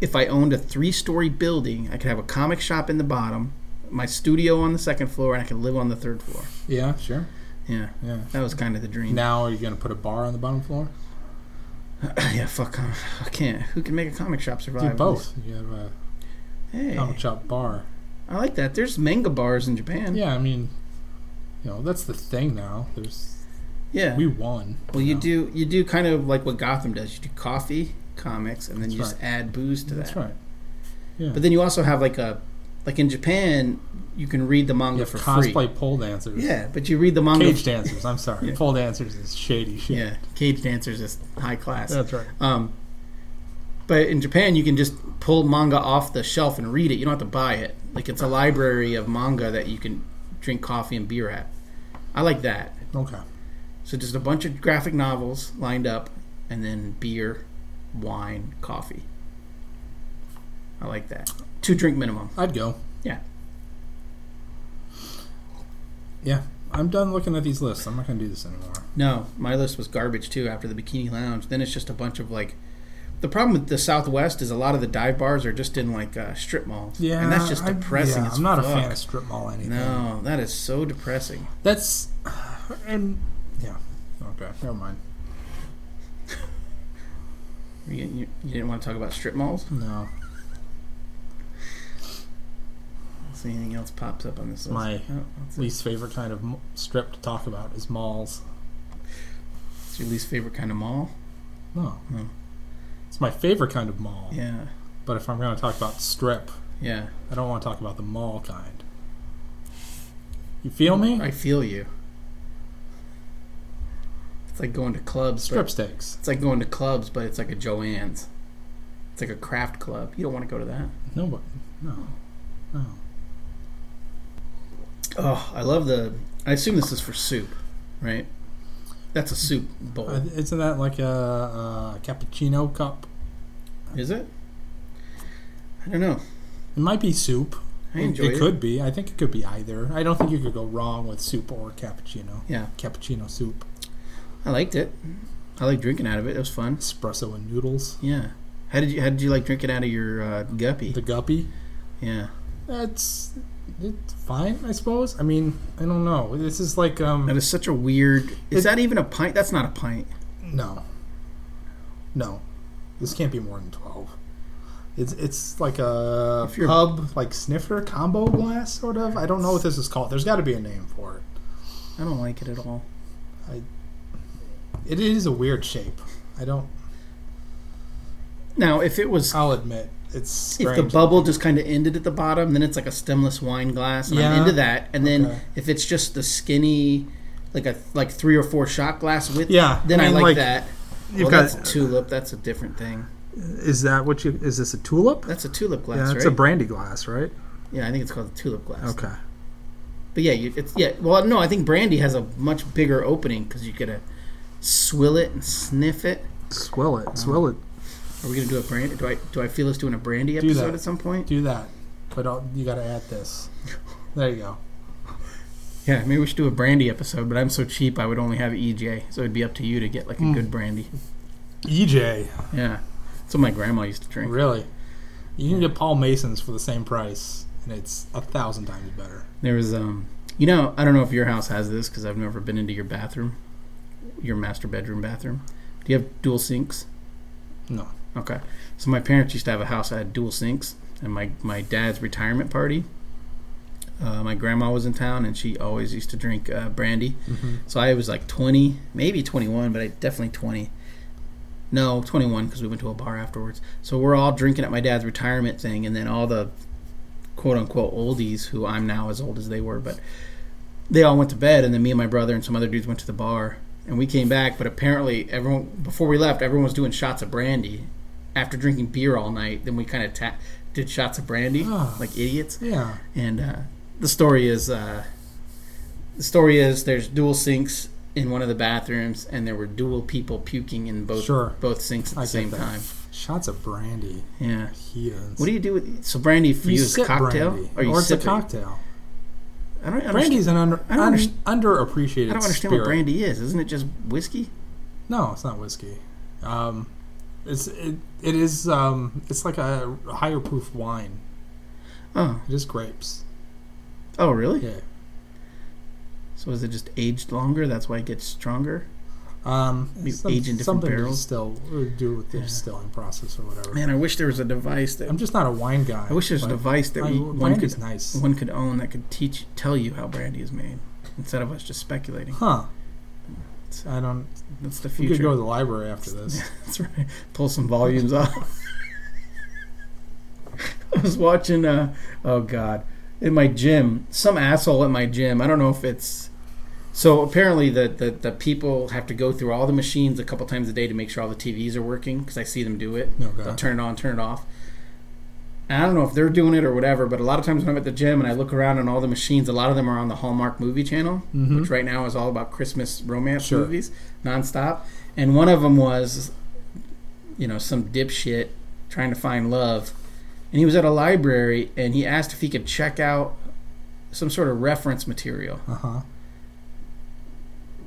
Speaker 4: if I owned a three-story building, I could have a comic shop in the bottom, my studio on the second floor, and I could live on the third floor.
Speaker 7: Yeah. Sure.
Speaker 4: Yeah,
Speaker 7: Yeah.
Speaker 4: that was kind of the dream.
Speaker 7: Now are you gonna put a bar on the bottom floor?
Speaker 4: (laughs) yeah, fuck, com- I can't. Who can make a comic shop
Speaker 7: Do
Speaker 4: survive?
Speaker 7: both. Oh, You have a
Speaker 4: Hey,
Speaker 7: comic shop bar.
Speaker 4: I like that. There's manga bars in Japan.
Speaker 7: Yeah, I mean, you know, that's the thing now. There's
Speaker 4: yeah.
Speaker 7: we won.
Speaker 4: Well, you
Speaker 7: know.
Speaker 4: do you do kind of like what Gotham does. You do coffee, comics, and then you just add booze to
Speaker 7: That's
Speaker 4: that.
Speaker 7: right.
Speaker 4: But then you also have like a like in Japan, you can read the
Speaker 7: You
Speaker 4: manga
Speaker 7: have
Speaker 4: for
Speaker 7: cosplay
Speaker 4: free.
Speaker 7: pole dancers.
Speaker 4: Yeah, but you read the manga.
Speaker 7: Cage dancers. I'm sorry.
Speaker 4: Yeah.
Speaker 7: Pole dancers is shady shit.
Speaker 4: yeah, cage dancers is high class.
Speaker 7: That's right.
Speaker 4: Um, but in Japan, you can just pull manga off the shelf and read it. You don't have to buy it. Like it's a library of manga that you can drink coffee and beer at. I like that.
Speaker 7: Okay.
Speaker 4: So just a bunch of graphic novels lined up, and then beer, wine, coffee. I like that. Two drink minimum.
Speaker 7: I'd go.
Speaker 4: Yeah.
Speaker 7: Yeah. I'm done looking at these lists. I'm not gonna do this anymore.
Speaker 4: No, my list was garbage too after the Bikini Lounge. Then it's just a bunch of like. The problem with the Southwest is a lot of the dive bars are just in like uh, strip malls.
Speaker 7: Yeah.
Speaker 4: And that's just
Speaker 7: I-
Speaker 4: depressing.
Speaker 7: yeah,
Speaker 4: as
Speaker 7: I'm not a
Speaker 4: fuck.
Speaker 7: fan of strip mall anything.
Speaker 4: No, that
Speaker 7: (sighs)
Speaker 4: is so depressing.
Speaker 7: That's and yeah. Okay. Never mind.
Speaker 4: You, you, you didn't want to talk about strip malls?
Speaker 3: No,
Speaker 4: Let's see anything else pops up on this list.
Speaker 3: My
Speaker 4: oh, that's it.
Speaker 3: least favorite kind of m- strip to talk about is malls.
Speaker 4: It's your least favorite kind of mall?
Speaker 3: No,
Speaker 4: No.
Speaker 3: it's my favorite kind of mall.
Speaker 4: Yeah.
Speaker 3: But if I'm going to talk about strip,
Speaker 4: Yeah.
Speaker 3: I don't want to talk about the mall kind. You feel me?
Speaker 4: I feel you. It's like going to clubs. but-
Speaker 3: Strip steaks.
Speaker 4: It's like going to clubs, but it's like a Joann's. It's like a craft club. You don't want to go to that.
Speaker 3: No, but no, no.
Speaker 4: Oh, I love the. I assume this is for soup, right? That's a soup bowl.
Speaker 3: Uh, Isn't that like a, a cappuccino cup?
Speaker 4: Is it? I don't know.
Speaker 3: It might be soup.
Speaker 4: I enjoy
Speaker 3: it,
Speaker 4: it.
Speaker 3: could be. I think it could be either. I don't think you could go wrong with soup or cappuccino.
Speaker 4: Yeah.
Speaker 3: Cappuccino soup,
Speaker 4: I liked it. I like drinking out of it. It was fun.
Speaker 3: espresso and noodles.
Speaker 4: Yeah. How did you How did you like drinking out of your uh, guppy?
Speaker 3: The guppy.
Speaker 4: yeah.
Speaker 3: That's it's fine, I suppose. I mean, I don't know. This is like um
Speaker 4: That is such a weird. Is
Speaker 3: It-
Speaker 4: that even a pint? That's not a pint.
Speaker 3: no, no. This can't be more than twelve. It's it's like a
Speaker 4: If you're-
Speaker 3: pub like snifter combo glass sort of. I don't know what this is called. There's got to be a name for it.
Speaker 4: I don't like it at all.
Speaker 3: It is a weird shape. I don't.
Speaker 4: Now, if it was
Speaker 3: I'll admit it's strange.
Speaker 4: if the bubble just kind of ended at the bottom, then it's like a stemless wine glass, and
Speaker 3: Yeah.
Speaker 4: I'm into that. And then
Speaker 3: Okay.
Speaker 4: if it's just the skinny, like a like three or four shot glass with,
Speaker 3: Yeah,
Speaker 4: then
Speaker 3: I
Speaker 4: I,
Speaker 3: mean,
Speaker 4: like,
Speaker 3: like,
Speaker 4: that.
Speaker 3: you've
Speaker 4: well,
Speaker 3: got-
Speaker 4: that's a tulip. That's a different thing.
Speaker 3: is that what you? Is this a tulip?
Speaker 4: That's a tulip glass,
Speaker 3: yeah, it's
Speaker 4: right?
Speaker 3: a brandy glass, right?
Speaker 4: yeah, I think it's called a tulip glass.
Speaker 3: Okay.
Speaker 4: But yeah, you, it's yeah. Well, no, I think brandy has a much bigger opening because you get to swill it and sniff it.
Speaker 3: Swill it. Swill it.
Speaker 4: Are we gonna do a brandy? Do I do I feel us doing a brandy
Speaker 3: Do that.
Speaker 4: episode at some point?
Speaker 3: Do that. But I'll, you got to add this. There you go.
Speaker 4: Yeah, maybe we should do a brandy episode. But I'm so cheap, I would only have EJ, so it'd be up to you to get like a good brandy.
Speaker 3: EJ.
Speaker 4: Yeah. That's what my grandma used to drink.
Speaker 3: Really? You can get Paul Mason's for the same price, and it's a thousand times better.
Speaker 4: There was, um, you know, I don't know if your house has this because I've never been into your bathroom, your master bedroom bathroom. Do you have dual sinks?
Speaker 3: No.
Speaker 4: Okay. So my parents used to have a house that had dual sinks, and my, my dad's retirement party. Uh, my grandma was in town, and she always used to drink uh, brandy. So I was like 20, maybe 21, but I definitely 20. No, 21 because we went to a bar afterwards. So we're all drinking at my dad's retirement thing, and then all the quote unquote oldies, who I'm now as old as they were, but they all went to bed, and then me and my brother and some other dudes went to the bar, and we came back. But apparently, everyone before we left, everyone was doing shots of brandy after drinking beer all night. Then we kind of ta- did shots of brandy
Speaker 3: Ah.
Speaker 4: like idiots.
Speaker 3: Yeah.
Speaker 4: And uh, the story is uh, the story is there's dual sinks in one of the bathrooms, and there were dual people puking in both
Speaker 3: Sure.
Speaker 4: both sinks at the
Speaker 3: I get
Speaker 4: same
Speaker 3: that.
Speaker 4: time.
Speaker 3: Shots of brandy.
Speaker 4: Yeah.
Speaker 3: Heathens.
Speaker 4: What do you do with so brandy for you, is a
Speaker 3: sip
Speaker 4: cocktail
Speaker 3: brandy,
Speaker 4: or you
Speaker 3: or it's a
Speaker 4: sip it?
Speaker 3: cocktail.
Speaker 4: I don't
Speaker 3: Brandy
Speaker 4: understand.
Speaker 3: is an under,
Speaker 4: I don't
Speaker 3: under,
Speaker 4: underst-
Speaker 3: underappreciated
Speaker 4: I don't understand
Speaker 3: spirit.
Speaker 4: what brandy is. Isn't it just whiskey?
Speaker 3: No, it's not whiskey. Um, it's it, it is um, it's like a higher proof wine.
Speaker 4: Oh,
Speaker 3: It is grapes.
Speaker 4: oh, really?
Speaker 3: Yeah.
Speaker 4: So is it just aged longer? That's why it gets stronger.
Speaker 3: Um,
Speaker 4: You
Speaker 3: some-
Speaker 4: age in different
Speaker 3: something to
Speaker 4: barrels?
Speaker 3: distill or do with the distilling process or whatever.
Speaker 4: Man, I wish there was a device that
Speaker 3: I'm just not a wine guy.
Speaker 4: I wish there was a
Speaker 3: but
Speaker 4: device that
Speaker 3: I-
Speaker 4: we, one
Speaker 3: brandy's
Speaker 4: could
Speaker 3: nice.
Speaker 4: one could own that could teach tell you how brandy is made instead of us just speculating.
Speaker 3: Huh. I don't.
Speaker 4: That's the
Speaker 3: We could go
Speaker 4: future.
Speaker 3: to the library
Speaker 4: (laughs)
Speaker 3: after this.
Speaker 4: That's right. Pull some volumes off. I was watching. Uh, oh God, in my gym, some asshole at my gym. I don't know if it's. So apparently, the, the, the people have to go through all the machines a couple times a day to make sure all the TVs are working because I see them do it.
Speaker 3: Okay.
Speaker 4: They'll turn it on, turn it off. And I don't know if they're doing it or whatever, but a lot of times when I'm at the gym and I look around on all the machines, a lot of them are on the Hallmark movie channel,
Speaker 3: Mm-hmm.
Speaker 4: which right now is all about Christmas romance
Speaker 3: Sure.
Speaker 4: movies nonstop. And one of them was, you know, some dipshit trying to find love. And he was at a library and he asked if he could check out some sort of reference material.
Speaker 3: Uh huh.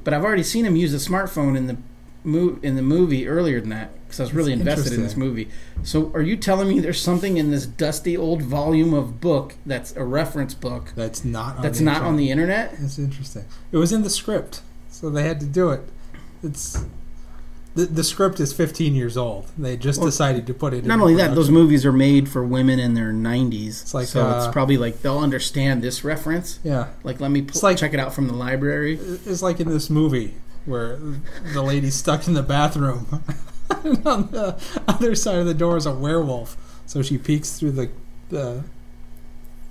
Speaker 4: But I've already seen him use a smartphone in the mo- in the movie earlier than that because I was really
Speaker 3: That's
Speaker 4: invested in this movie. So are you telling me there's something in this dusty old volume of book that's a reference book
Speaker 3: That's not. On
Speaker 4: that's
Speaker 3: the
Speaker 4: not
Speaker 3: internet.
Speaker 4: on the internet?
Speaker 3: That's interesting. It was in the script, so they had to do it. It's the, the script is 15 years old. They just decided to put it.
Speaker 4: Not
Speaker 3: in
Speaker 4: only that, those
Speaker 3: production.
Speaker 4: movies are made for women in their 90s.
Speaker 3: It's like,
Speaker 4: so
Speaker 3: uh,
Speaker 4: it's probably like they'll understand this reference.
Speaker 3: Yeah,
Speaker 4: Like, let me pl-
Speaker 3: It's like-
Speaker 4: check it out from the library.
Speaker 3: it's like in this movie where the lady's stuck in the bathroom, (laughs) and on the other side of the door is a werewolf. So she peeks through the the,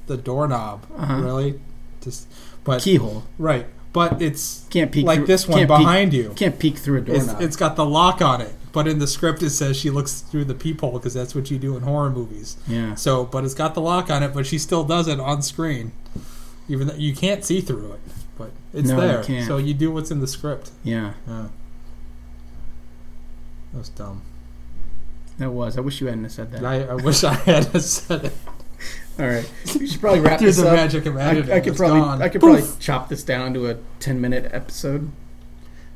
Speaker 3: the doorknob.
Speaker 4: Uh-huh.
Speaker 3: Really, just but
Speaker 4: Keyhole.
Speaker 3: right, but it's
Speaker 4: Can't peek
Speaker 3: like
Speaker 4: through,
Speaker 3: this one
Speaker 4: can't peek-
Speaker 3: behind you.
Speaker 4: can't peek through a
Speaker 3: It's,
Speaker 4: doorknob.
Speaker 3: it's got the lock on it, but in the script it says she looks through the peephole because that's what you do in horror movies.
Speaker 4: yeah.
Speaker 3: So, but it's got the lock on it, but she still does it on screen, even though you can't see through it. But it's
Speaker 4: No, you
Speaker 3: there,
Speaker 4: can't.
Speaker 3: so you do what's in the script.
Speaker 4: Yeah.
Speaker 3: Yeah. That was dumb.
Speaker 4: That was. I wish you hadn't have said that.
Speaker 3: I, I wish I had (laughs) said it.
Speaker 4: All right. (laughs) We should probably wrap
Speaker 3: Through
Speaker 4: this
Speaker 3: the
Speaker 4: up.
Speaker 3: magic of editing,
Speaker 4: I, I could
Speaker 3: it's
Speaker 4: probably
Speaker 3: gone.
Speaker 4: I could probably chop this down to a ten minute episode.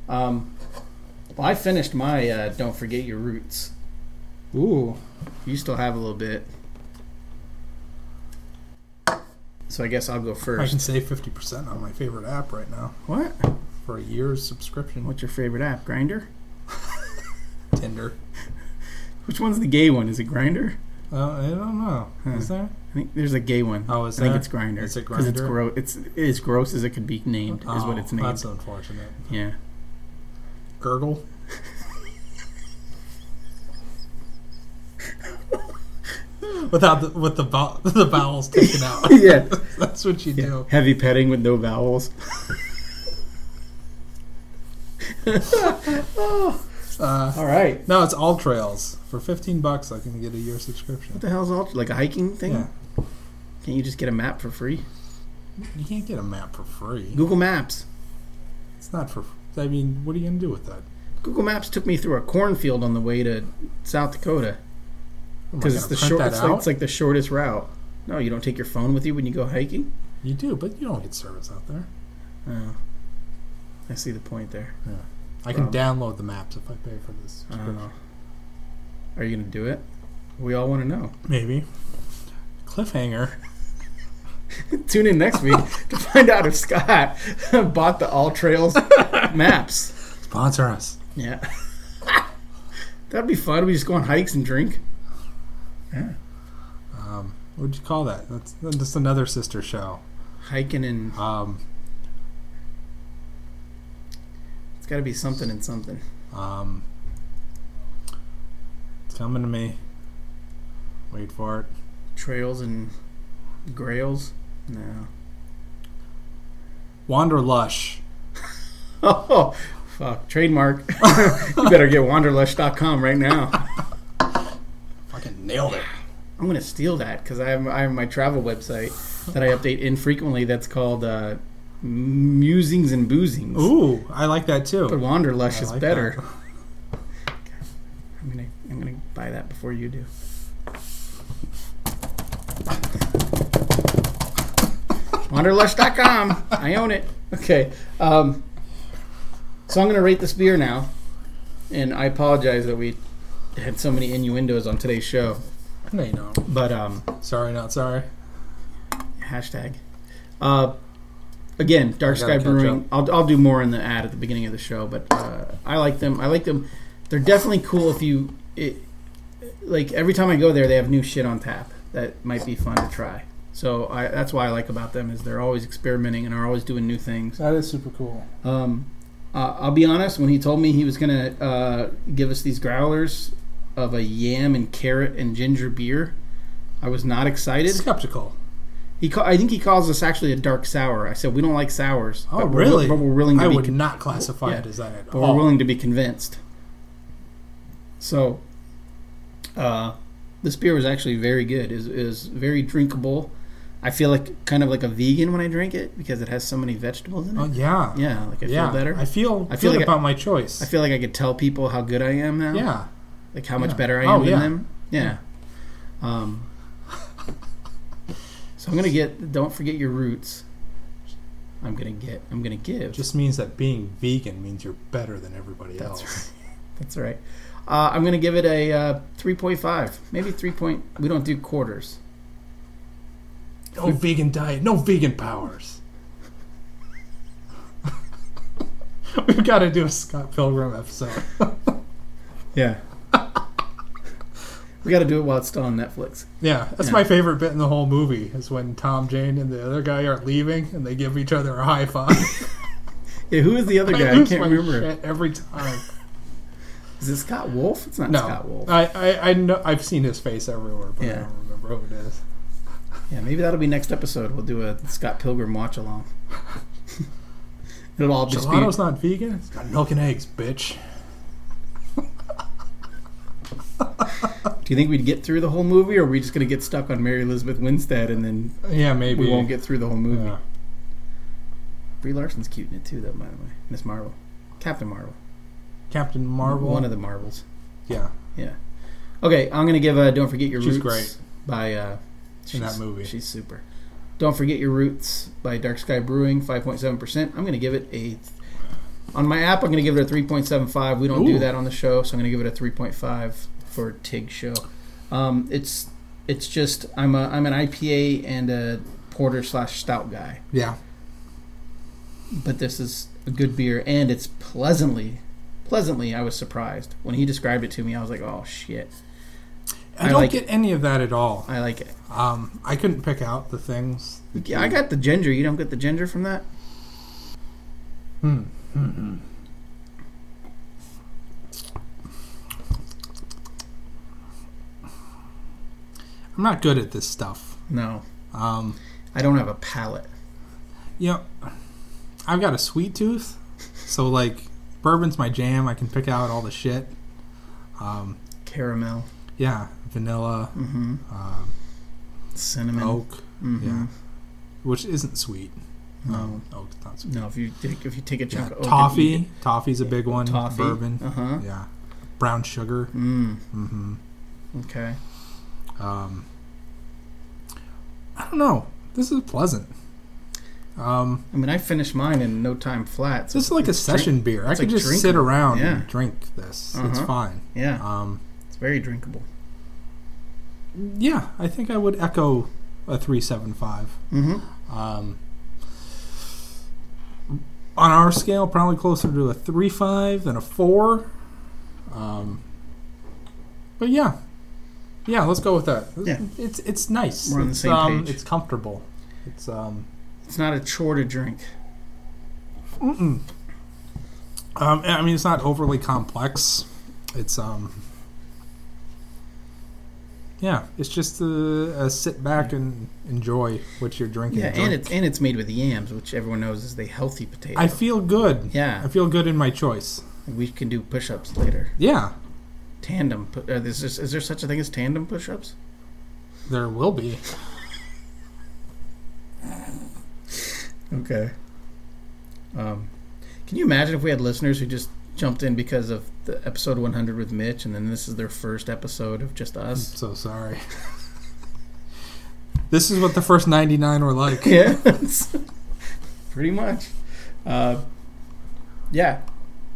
Speaker 4: Um, well, I finished my uh, "Don't Forget Your Roots."
Speaker 3: Ooh,
Speaker 4: You still have a little bit, so I guess I'll go
Speaker 3: I
Speaker 4: first.
Speaker 3: can save fifty percent on my favorite app right now
Speaker 4: What?
Speaker 3: for a year's subscription.
Speaker 4: What's your favorite app? Grinder?
Speaker 3: Tinder.
Speaker 4: Which one's the gay one? Is it Grinder?
Speaker 3: Uh, I don't know. Is there?
Speaker 4: I think there's a gay one.
Speaker 3: Oh, is
Speaker 4: I think
Speaker 3: there?
Speaker 4: it's Grinder.
Speaker 3: Is it
Speaker 4: it's
Speaker 3: Grindr?
Speaker 4: gross. It's as gross as it could be named. is what
Speaker 3: Oh,
Speaker 4: it's named.
Speaker 3: That's unfortunate.
Speaker 4: yeah.
Speaker 3: Gurgle. Without the, with the bow, (laughs) the bowels taken out.
Speaker 4: (laughs)
Speaker 3: (laughs)
Speaker 4: yeah.
Speaker 3: That's what you do.
Speaker 4: Heavy petting with no vowels.
Speaker 3: (laughs) Uh,
Speaker 4: All right. What
Speaker 3: no, it's all trails. For fifteen bucks, I can get a year subscription.
Speaker 4: the hell's all like a hiking thing?
Speaker 3: Yeah,
Speaker 4: Can't you just get a map for free?
Speaker 3: you can't get a map for free.
Speaker 4: Google Maps.
Speaker 3: It's not for. I mean, what are you gonna do with that?
Speaker 4: Google Maps took me through a cornfield on the way to South Dakota
Speaker 3: Am I
Speaker 4: because
Speaker 3: gonna
Speaker 4: it's the
Speaker 3: Oh print
Speaker 4: short.
Speaker 3: that
Speaker 4: It's like,
Speaker 3: out?
Speaker 4: it's like the shortest route. No, you don't take your phone with you when you go hiking.
Speaker 3: you do, but you don't get service out there.
Speaker 4: Oh, I see the point there.
Speaker 3: I can download the maps if I pay for this.
Speaker 4: I
Speaker 3: Subscription.
Speaker 4: don't know. Are you gonna do it? We all want to know.
Speaker 3: Maybe. Cliffhanger.
Speaker 4: Tune in next week (laughs) to find out if Scott (laughs) bought the All
Speaker 3: (laughs)
Speaker 4: Trails maps.
Speaker 3: Sponsor us.
Speaker 4: Yeah, (laughs) that'd be fun. We just go on hikes and drink.
Speaker 3: um, what'd you call that? That's that's another sister show.
Speaker 4: Hiking and
Speaker 3: Um,
Speaker 4: it's got to be something and something.
Speaker 3: um, it's coming to me. Wait for it.
Speaker 4: Trails and grails. No. (laughs)
Speaker 3: Wanderlush.
Speaker 4: Oh, fuck. Trademark. (laughs) you better get wanderlush.com right now.
Speaker 3: Fucking nailed it.
Speaker 4: I'm going to steal that because I have, I have my travel website that I update infrequently that's called uh, Musings and Boozings.
Speaker 3: Ooh, I like that
Speaker 4: But
Speaker 3: too.
Speaker 4: Wanderlush
Speaker 3: I
Speaker 4: is
Speaker 3: like
Speaker 4: better.
Speaker 3: that.
Speaker 4: (laughs) I'm going to I'm gonna buy that before you do. Wanderlush.com. I own it. Okay. Um, so I'm going to rate this beer now. And I apologize that we had so many innuendos on today's show.
Speaker 3: No, you don't.
Speaker 4: But um,
Speaker 3: Sorry, not sorry.
Speaker 4: hashtag. Uh, again, Dark
Speaker 3: I gotta
Speaker 4: Sky
Speaker 3: catch
Speaker 4: Brewing. I'll, I'll do more in the ad at the beginning of the show, but uh, I like them. I like them. They're definitely cool if you it, like. Every time I go there, they have new shit on tap that might be fun to try. So I, that's why I like about them is they're always experimenting and are always doing new things.
Speaker 3: That is super cool.
Speaker 4: Um, uh, I'll be honest. When he told me he was gonna uh, give us these growlers of a yam and carrot and ginger beer, I was not excited.
Speaker 3: Skeptical.
Speaker 4: He, ca- I think he calls us actually a dark sour. I said we don't like sours.
Speaker 3: Oh,
Speaker 4: but we're-
Speaker 3: really?
Speaker 4: But we're willing to
Speaker 3: I
Speaker 4: be.
Speaker 3: would
Speaker 4: Con-
Speaker 3: not classify
Speaker 4: yeah.
Speaker 3: it as that at
Speaker 4: but we're
Speaker 3: all.
Speaker 4: willing to be convinced. So, uh, this beer was actually very good. is is very drinkable. I feel like kind of like a vegan when I drink it because it has so many vegetables in it.
Speaker 3: Oh, yeah.
Speaker 4: yeah, like I
Speaker 3: yeah.
Speaker 4: feel better.
Speaker 3: I
Speaker 4: I,
Speaker 3: feel,
Speaker 4: I feel
Speaker 3: good
Speaker 4: like I-
Speaker 3: about my choice.
Speaker 4: feel like I could tell people how good I am now.
Speaker 3: yeah.
Speaker 4: like how much
Speaker 3: Yeah.
Speaker 4: better I am
Speaker 3: Oh,
Speaker 4: than
Speaker 3: yeah.
Speaker 4: them. Yeah. Um. so I'm gonna get. Don't forget your roots. I'm gonna get. I'm gonna give.
Speaker 3: Just means that being vegan means you're better than everybody
Speaker 4: That's
Speaker 3: else.
Speaker 4: That's right. Uh, I'm gonna give it a uh, 3.5, maybe 3. Point, we don't do quarters.
Speaker 3: No vegan diet, no vegan powers. (laughs) We've got to do a Scott Pilgrim episode.
Speaker 4: (laughs) Yeah. we got to do it while it's still on Netflix.
Speaker 3: Yeah, that's my favorite bit in the whole movie is when Tom Jane and the other guy are leaving and they give each other a
Speaker 4: (laughs)
Speaker 3: high five.
Speaker 4: Yeah, who is the
Speaker 3: (laughs)
Speaker 4: other guy? I,
Speaker 3: lose
Speaker 4: can't
Speaker 3: my
Speaker 4: remember.
Speaker 3: shit every
Speaker 4: (laughs)
Speaker 3: time.
Speaker 4: Is it Scott Wolf? It's not
Speaker 3: No,
Speaker 4: Scott Wolf.
Speaker 3: I, I I know I've seen his face everywhere, but I
Speaker 4: Yeah.
Speaker 3: don't remember who it is.
Speaker 4: Yeah, maybe that'll be next episode. We'll do a Scott Pilgrim watch along. (laughs) It'll all just be
Speaker 3: Gelato's not vegan. It's got milk and eggs, bitch.
Speaker 4: Do you think we'd get through the whole movie, or are we just going to get stuck on Mary Elizabeth Winstead and then
Speaker 3: Yeah, maybe
Speaker 4: we won't get through the whole movie?
Speaker 3: Yeah.
Speaker 4: Brie Larson's cute in it too, though. By the way, Miss Marvel, Captain Marvel,
Speaker 3: Captain Marvel.
Speaker 4: one of the Marvels.
Speaker 3: yeah,
Speaker 4: Okay, I'm going to give uh, "Don't Forget Your
Speaker 3: She's
Speaker 4: Roots"
Speaker 3: great.
Speaker 4: by uh,
Speaker 3: in that
Speaker 4: she's-
Speaker 3: movie.
Speaker 4: She's super. "Don't Forget Your Roots" by Dark Sky Brewing, 5.7 percent. I'm going to give it a. On my app, I'm going to give it a 3.75. We don't
Speaker 3: Ooh.
Speaker 4: do that on the show, so I'm going to give it a 3.5 for Tig Show. Um, it's it's just I'm a I'm an IPA and a porter slash stout guy,
Speaker 3: yeah.
Speaker 4: but this is a good beer and it's pleasantly pleasantly I was surprised when he described it to me. I was like, oh shit,
Speaker 3: I,
Speaker 4: I
Speaker 3: don't
Speaker 4: like
Speaker 3: get any of that at all.
Speaker 4: I like it.
Speaker 3: Um, I couldn't pick out the things. that
Speaker 4: Yeah, I
Speaker 3: you-
Speaker 4: got the ginger. You don't get the ginger from that.
Speaker 3: Hmm. hmm I'm not good at this stuff.
Speaker 4: No,
Speaker 3: Um,
Speaker 4: I don't have a palate.
Speaker 3: you know, I've got a sweet tooth, so like bourbon's my jam. I can pick out all the shit. Um,
Speaker 4: Caramel,
Speaker 3: yeah, vanilla,
Speaker 4: hmm
Speaker 3: um,
Speaker 4: cinnamon.
Speaker 3: oak,
Speaker 4: Mhm.
Speaker 3: Oh, yeah. which isn't sweet.
Speaker 4: No.
Speaker 3: Um, oak's not sweet.
Speaker 4: No, if you take, if you take a
Speaker 3: Yeah,
Speaker 4: chunk of oak and eat
Speaker 3: toffee, toffee's a big one.
Speaker 4: it- toffee,
Speaker 3: Bourbon,
Speaker 4: Uh huh.
Speaker 3: yeah. Brown sugar.
Speaker 4: Mm,
Speaker 3: hmm
Speaker 4: okay.
Speaker 3: Um, I don't know. This is pleasant. Um,
Speaker 4: I mean, I finished mine in no time flat. So
Speaker 3: this is like a
Speaker 4: it's drink-
Speaker 3: session beer. I
Speaker 4: it's
Speaker 3: could
Speaker 4: like
Speaker 3: just sit
Speaker 4: drinkable.
Speaker 3: around
Speaker 4: Yeah.
Speaker 3: and drink this. It's
Speaker 4: Uh-huh.
Speaker 3: fine.
Speaker 4: yeah,
Speaker 3: Um,
Speaker 4: it's very drinkable.
Speaker 3: yeah, I think I would echo a three seven five.
Speaker 4: Mm-hmm.
Speaker 3: Um, on our scale, probably closer to a three five than a four. Um, but yeah, yeah, let's go with that.
Speaker 4: Yeah.
Speaker 3: it's it's nice.
Speaker 4: We're on the
Speaker 3: it's,
Speaker 4: same
Speaker 3: um,
Speaker 4: page.
Speaker 3: It's comfortable. It's um,
Speaker 4: It's not a chore to drink.
Speaker 3: Mm-mm. Um, I mean, it's not overly complex. It's um, yeah, it's just a, a sit back and enjoy what you're drinking.
Speaker 4: Yeah,
Speaker 3: drink.
Speaker 4: and it's and it's made with yams, which everyone knows is the healthy potato.
Speaker 3: I feel good. I
Speaker 4: yeah,
Speaker 3: feel good in my choice.
Speaker 4: we can do push-ups later.
Speaker 3: Yeah,
Speaker 4: Tandem. pu- Uh, is, this, is there such a thing as tandem push-ups?
Speaker 3: there will be.
Speaker 4: Okay. Um, can you imagine if we had listeners who just jumped in because of the episode 100 with Mitch, and then this is their first episode of just
Speaker 3: I'm
Speaker 4: us?
Speaker 3: so sorry. (laughs) this is what the first 99 were like.
Speaker 4: yeah, it's- Hmm. (laughs) pretty much. Uh, yeah.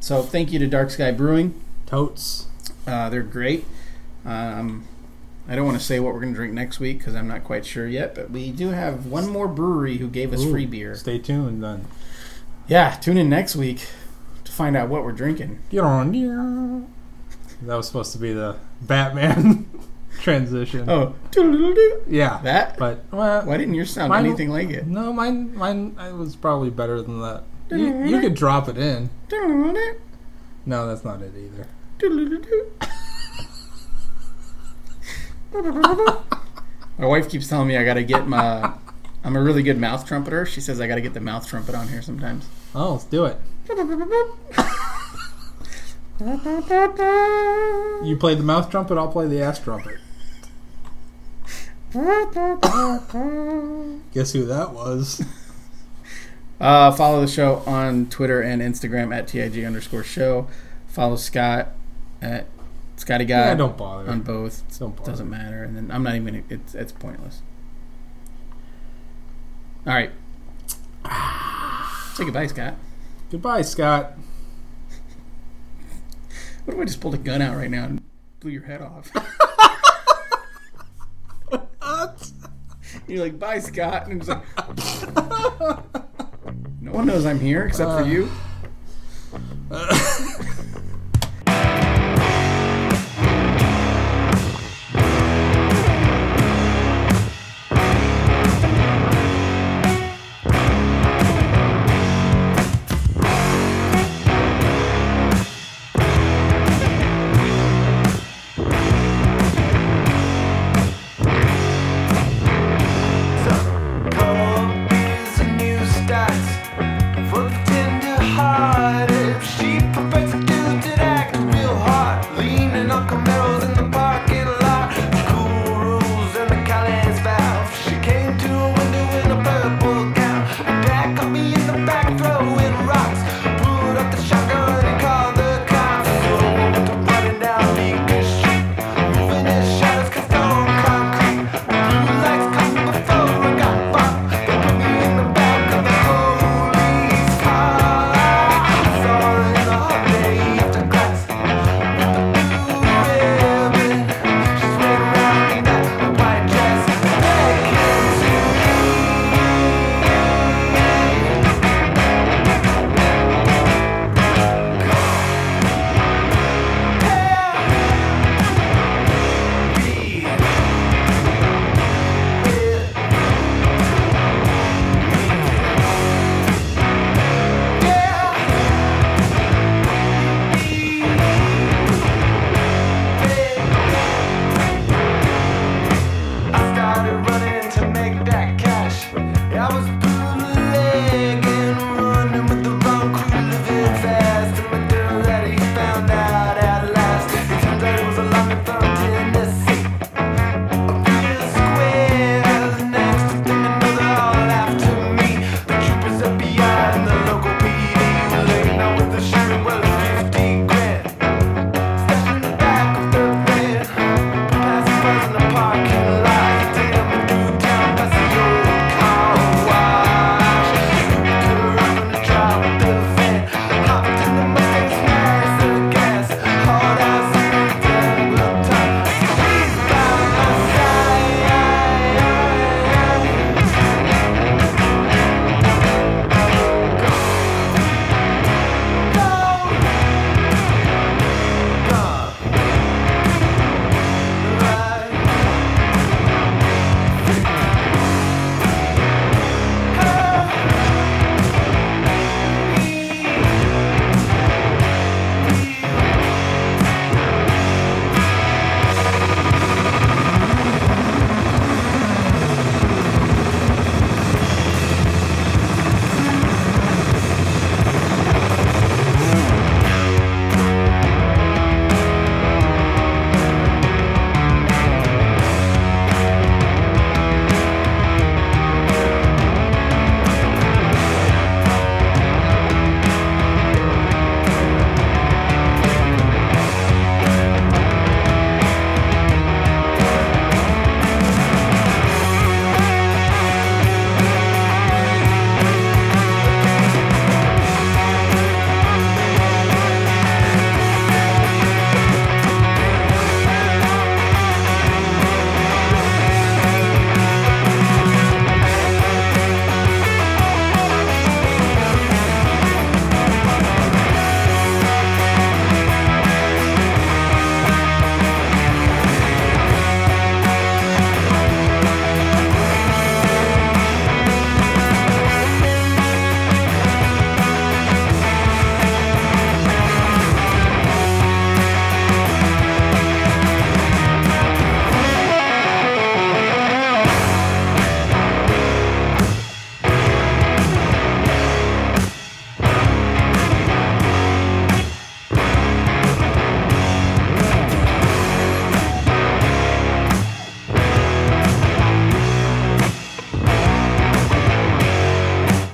Speaker 4: So thank you to Dark Sky Brewing.
Speaker 3: Totes.
Speaker 4: Uh, they're great. Um, I don't want to say what we're going to drink next week because I'm not quite sure yet, but we do have one more brewery who gave us
Speaker 3: Ooh,
Speaker 4: free beer.
Speaker 3: Stay tuned then.
Speaker 4: Yeah, tune in next week to find out what we're drinking.
Speaker 3: Get on here. That was supposed to be the Batman (laughs) transition.
Speaker 4: Oh, doo-doo-doo-doo.
Speaker 3: yeah.
Speaker 4: that.
Speaker 3: But well,
Speaker 4: Why didn't yours sound
Speaker 3: Mine-
Speaker 4: anything like it?
Speaker 3: no, mine, mine, I was probably better than that. You, you could drop it in. No, that's not it either.
Speaker 4: My wife keeps telling me I gotta get my. I'm a really good mouth trumpeter. She says I gotta get the mouth trumpet on here sometimes.
Speaker 3: Oh, let's do it. You play the mouth trumpet. I'll play the ass trumpet. Guess who that was?
Speaker 4: Uh, follow the show on Twitter and Instagram at TIG underscore show. Follow Scott at Scotty Guy
Speaker 3: Yeah, don't bother.
Speaker 4: on both.
Speaker 3: don't bother.
Speaker 4: um, Doesn't matter. And then I'm not even. It's, it's pointless. All right. Say goodbye, Scott.
Speaker 3: Goodbye, Scott.
Speaker 4: What if I just pulled a gun out right now and blew your head off? You're like, bye, Scott. And I'm like, (laughs) no one knows I'm here except for you.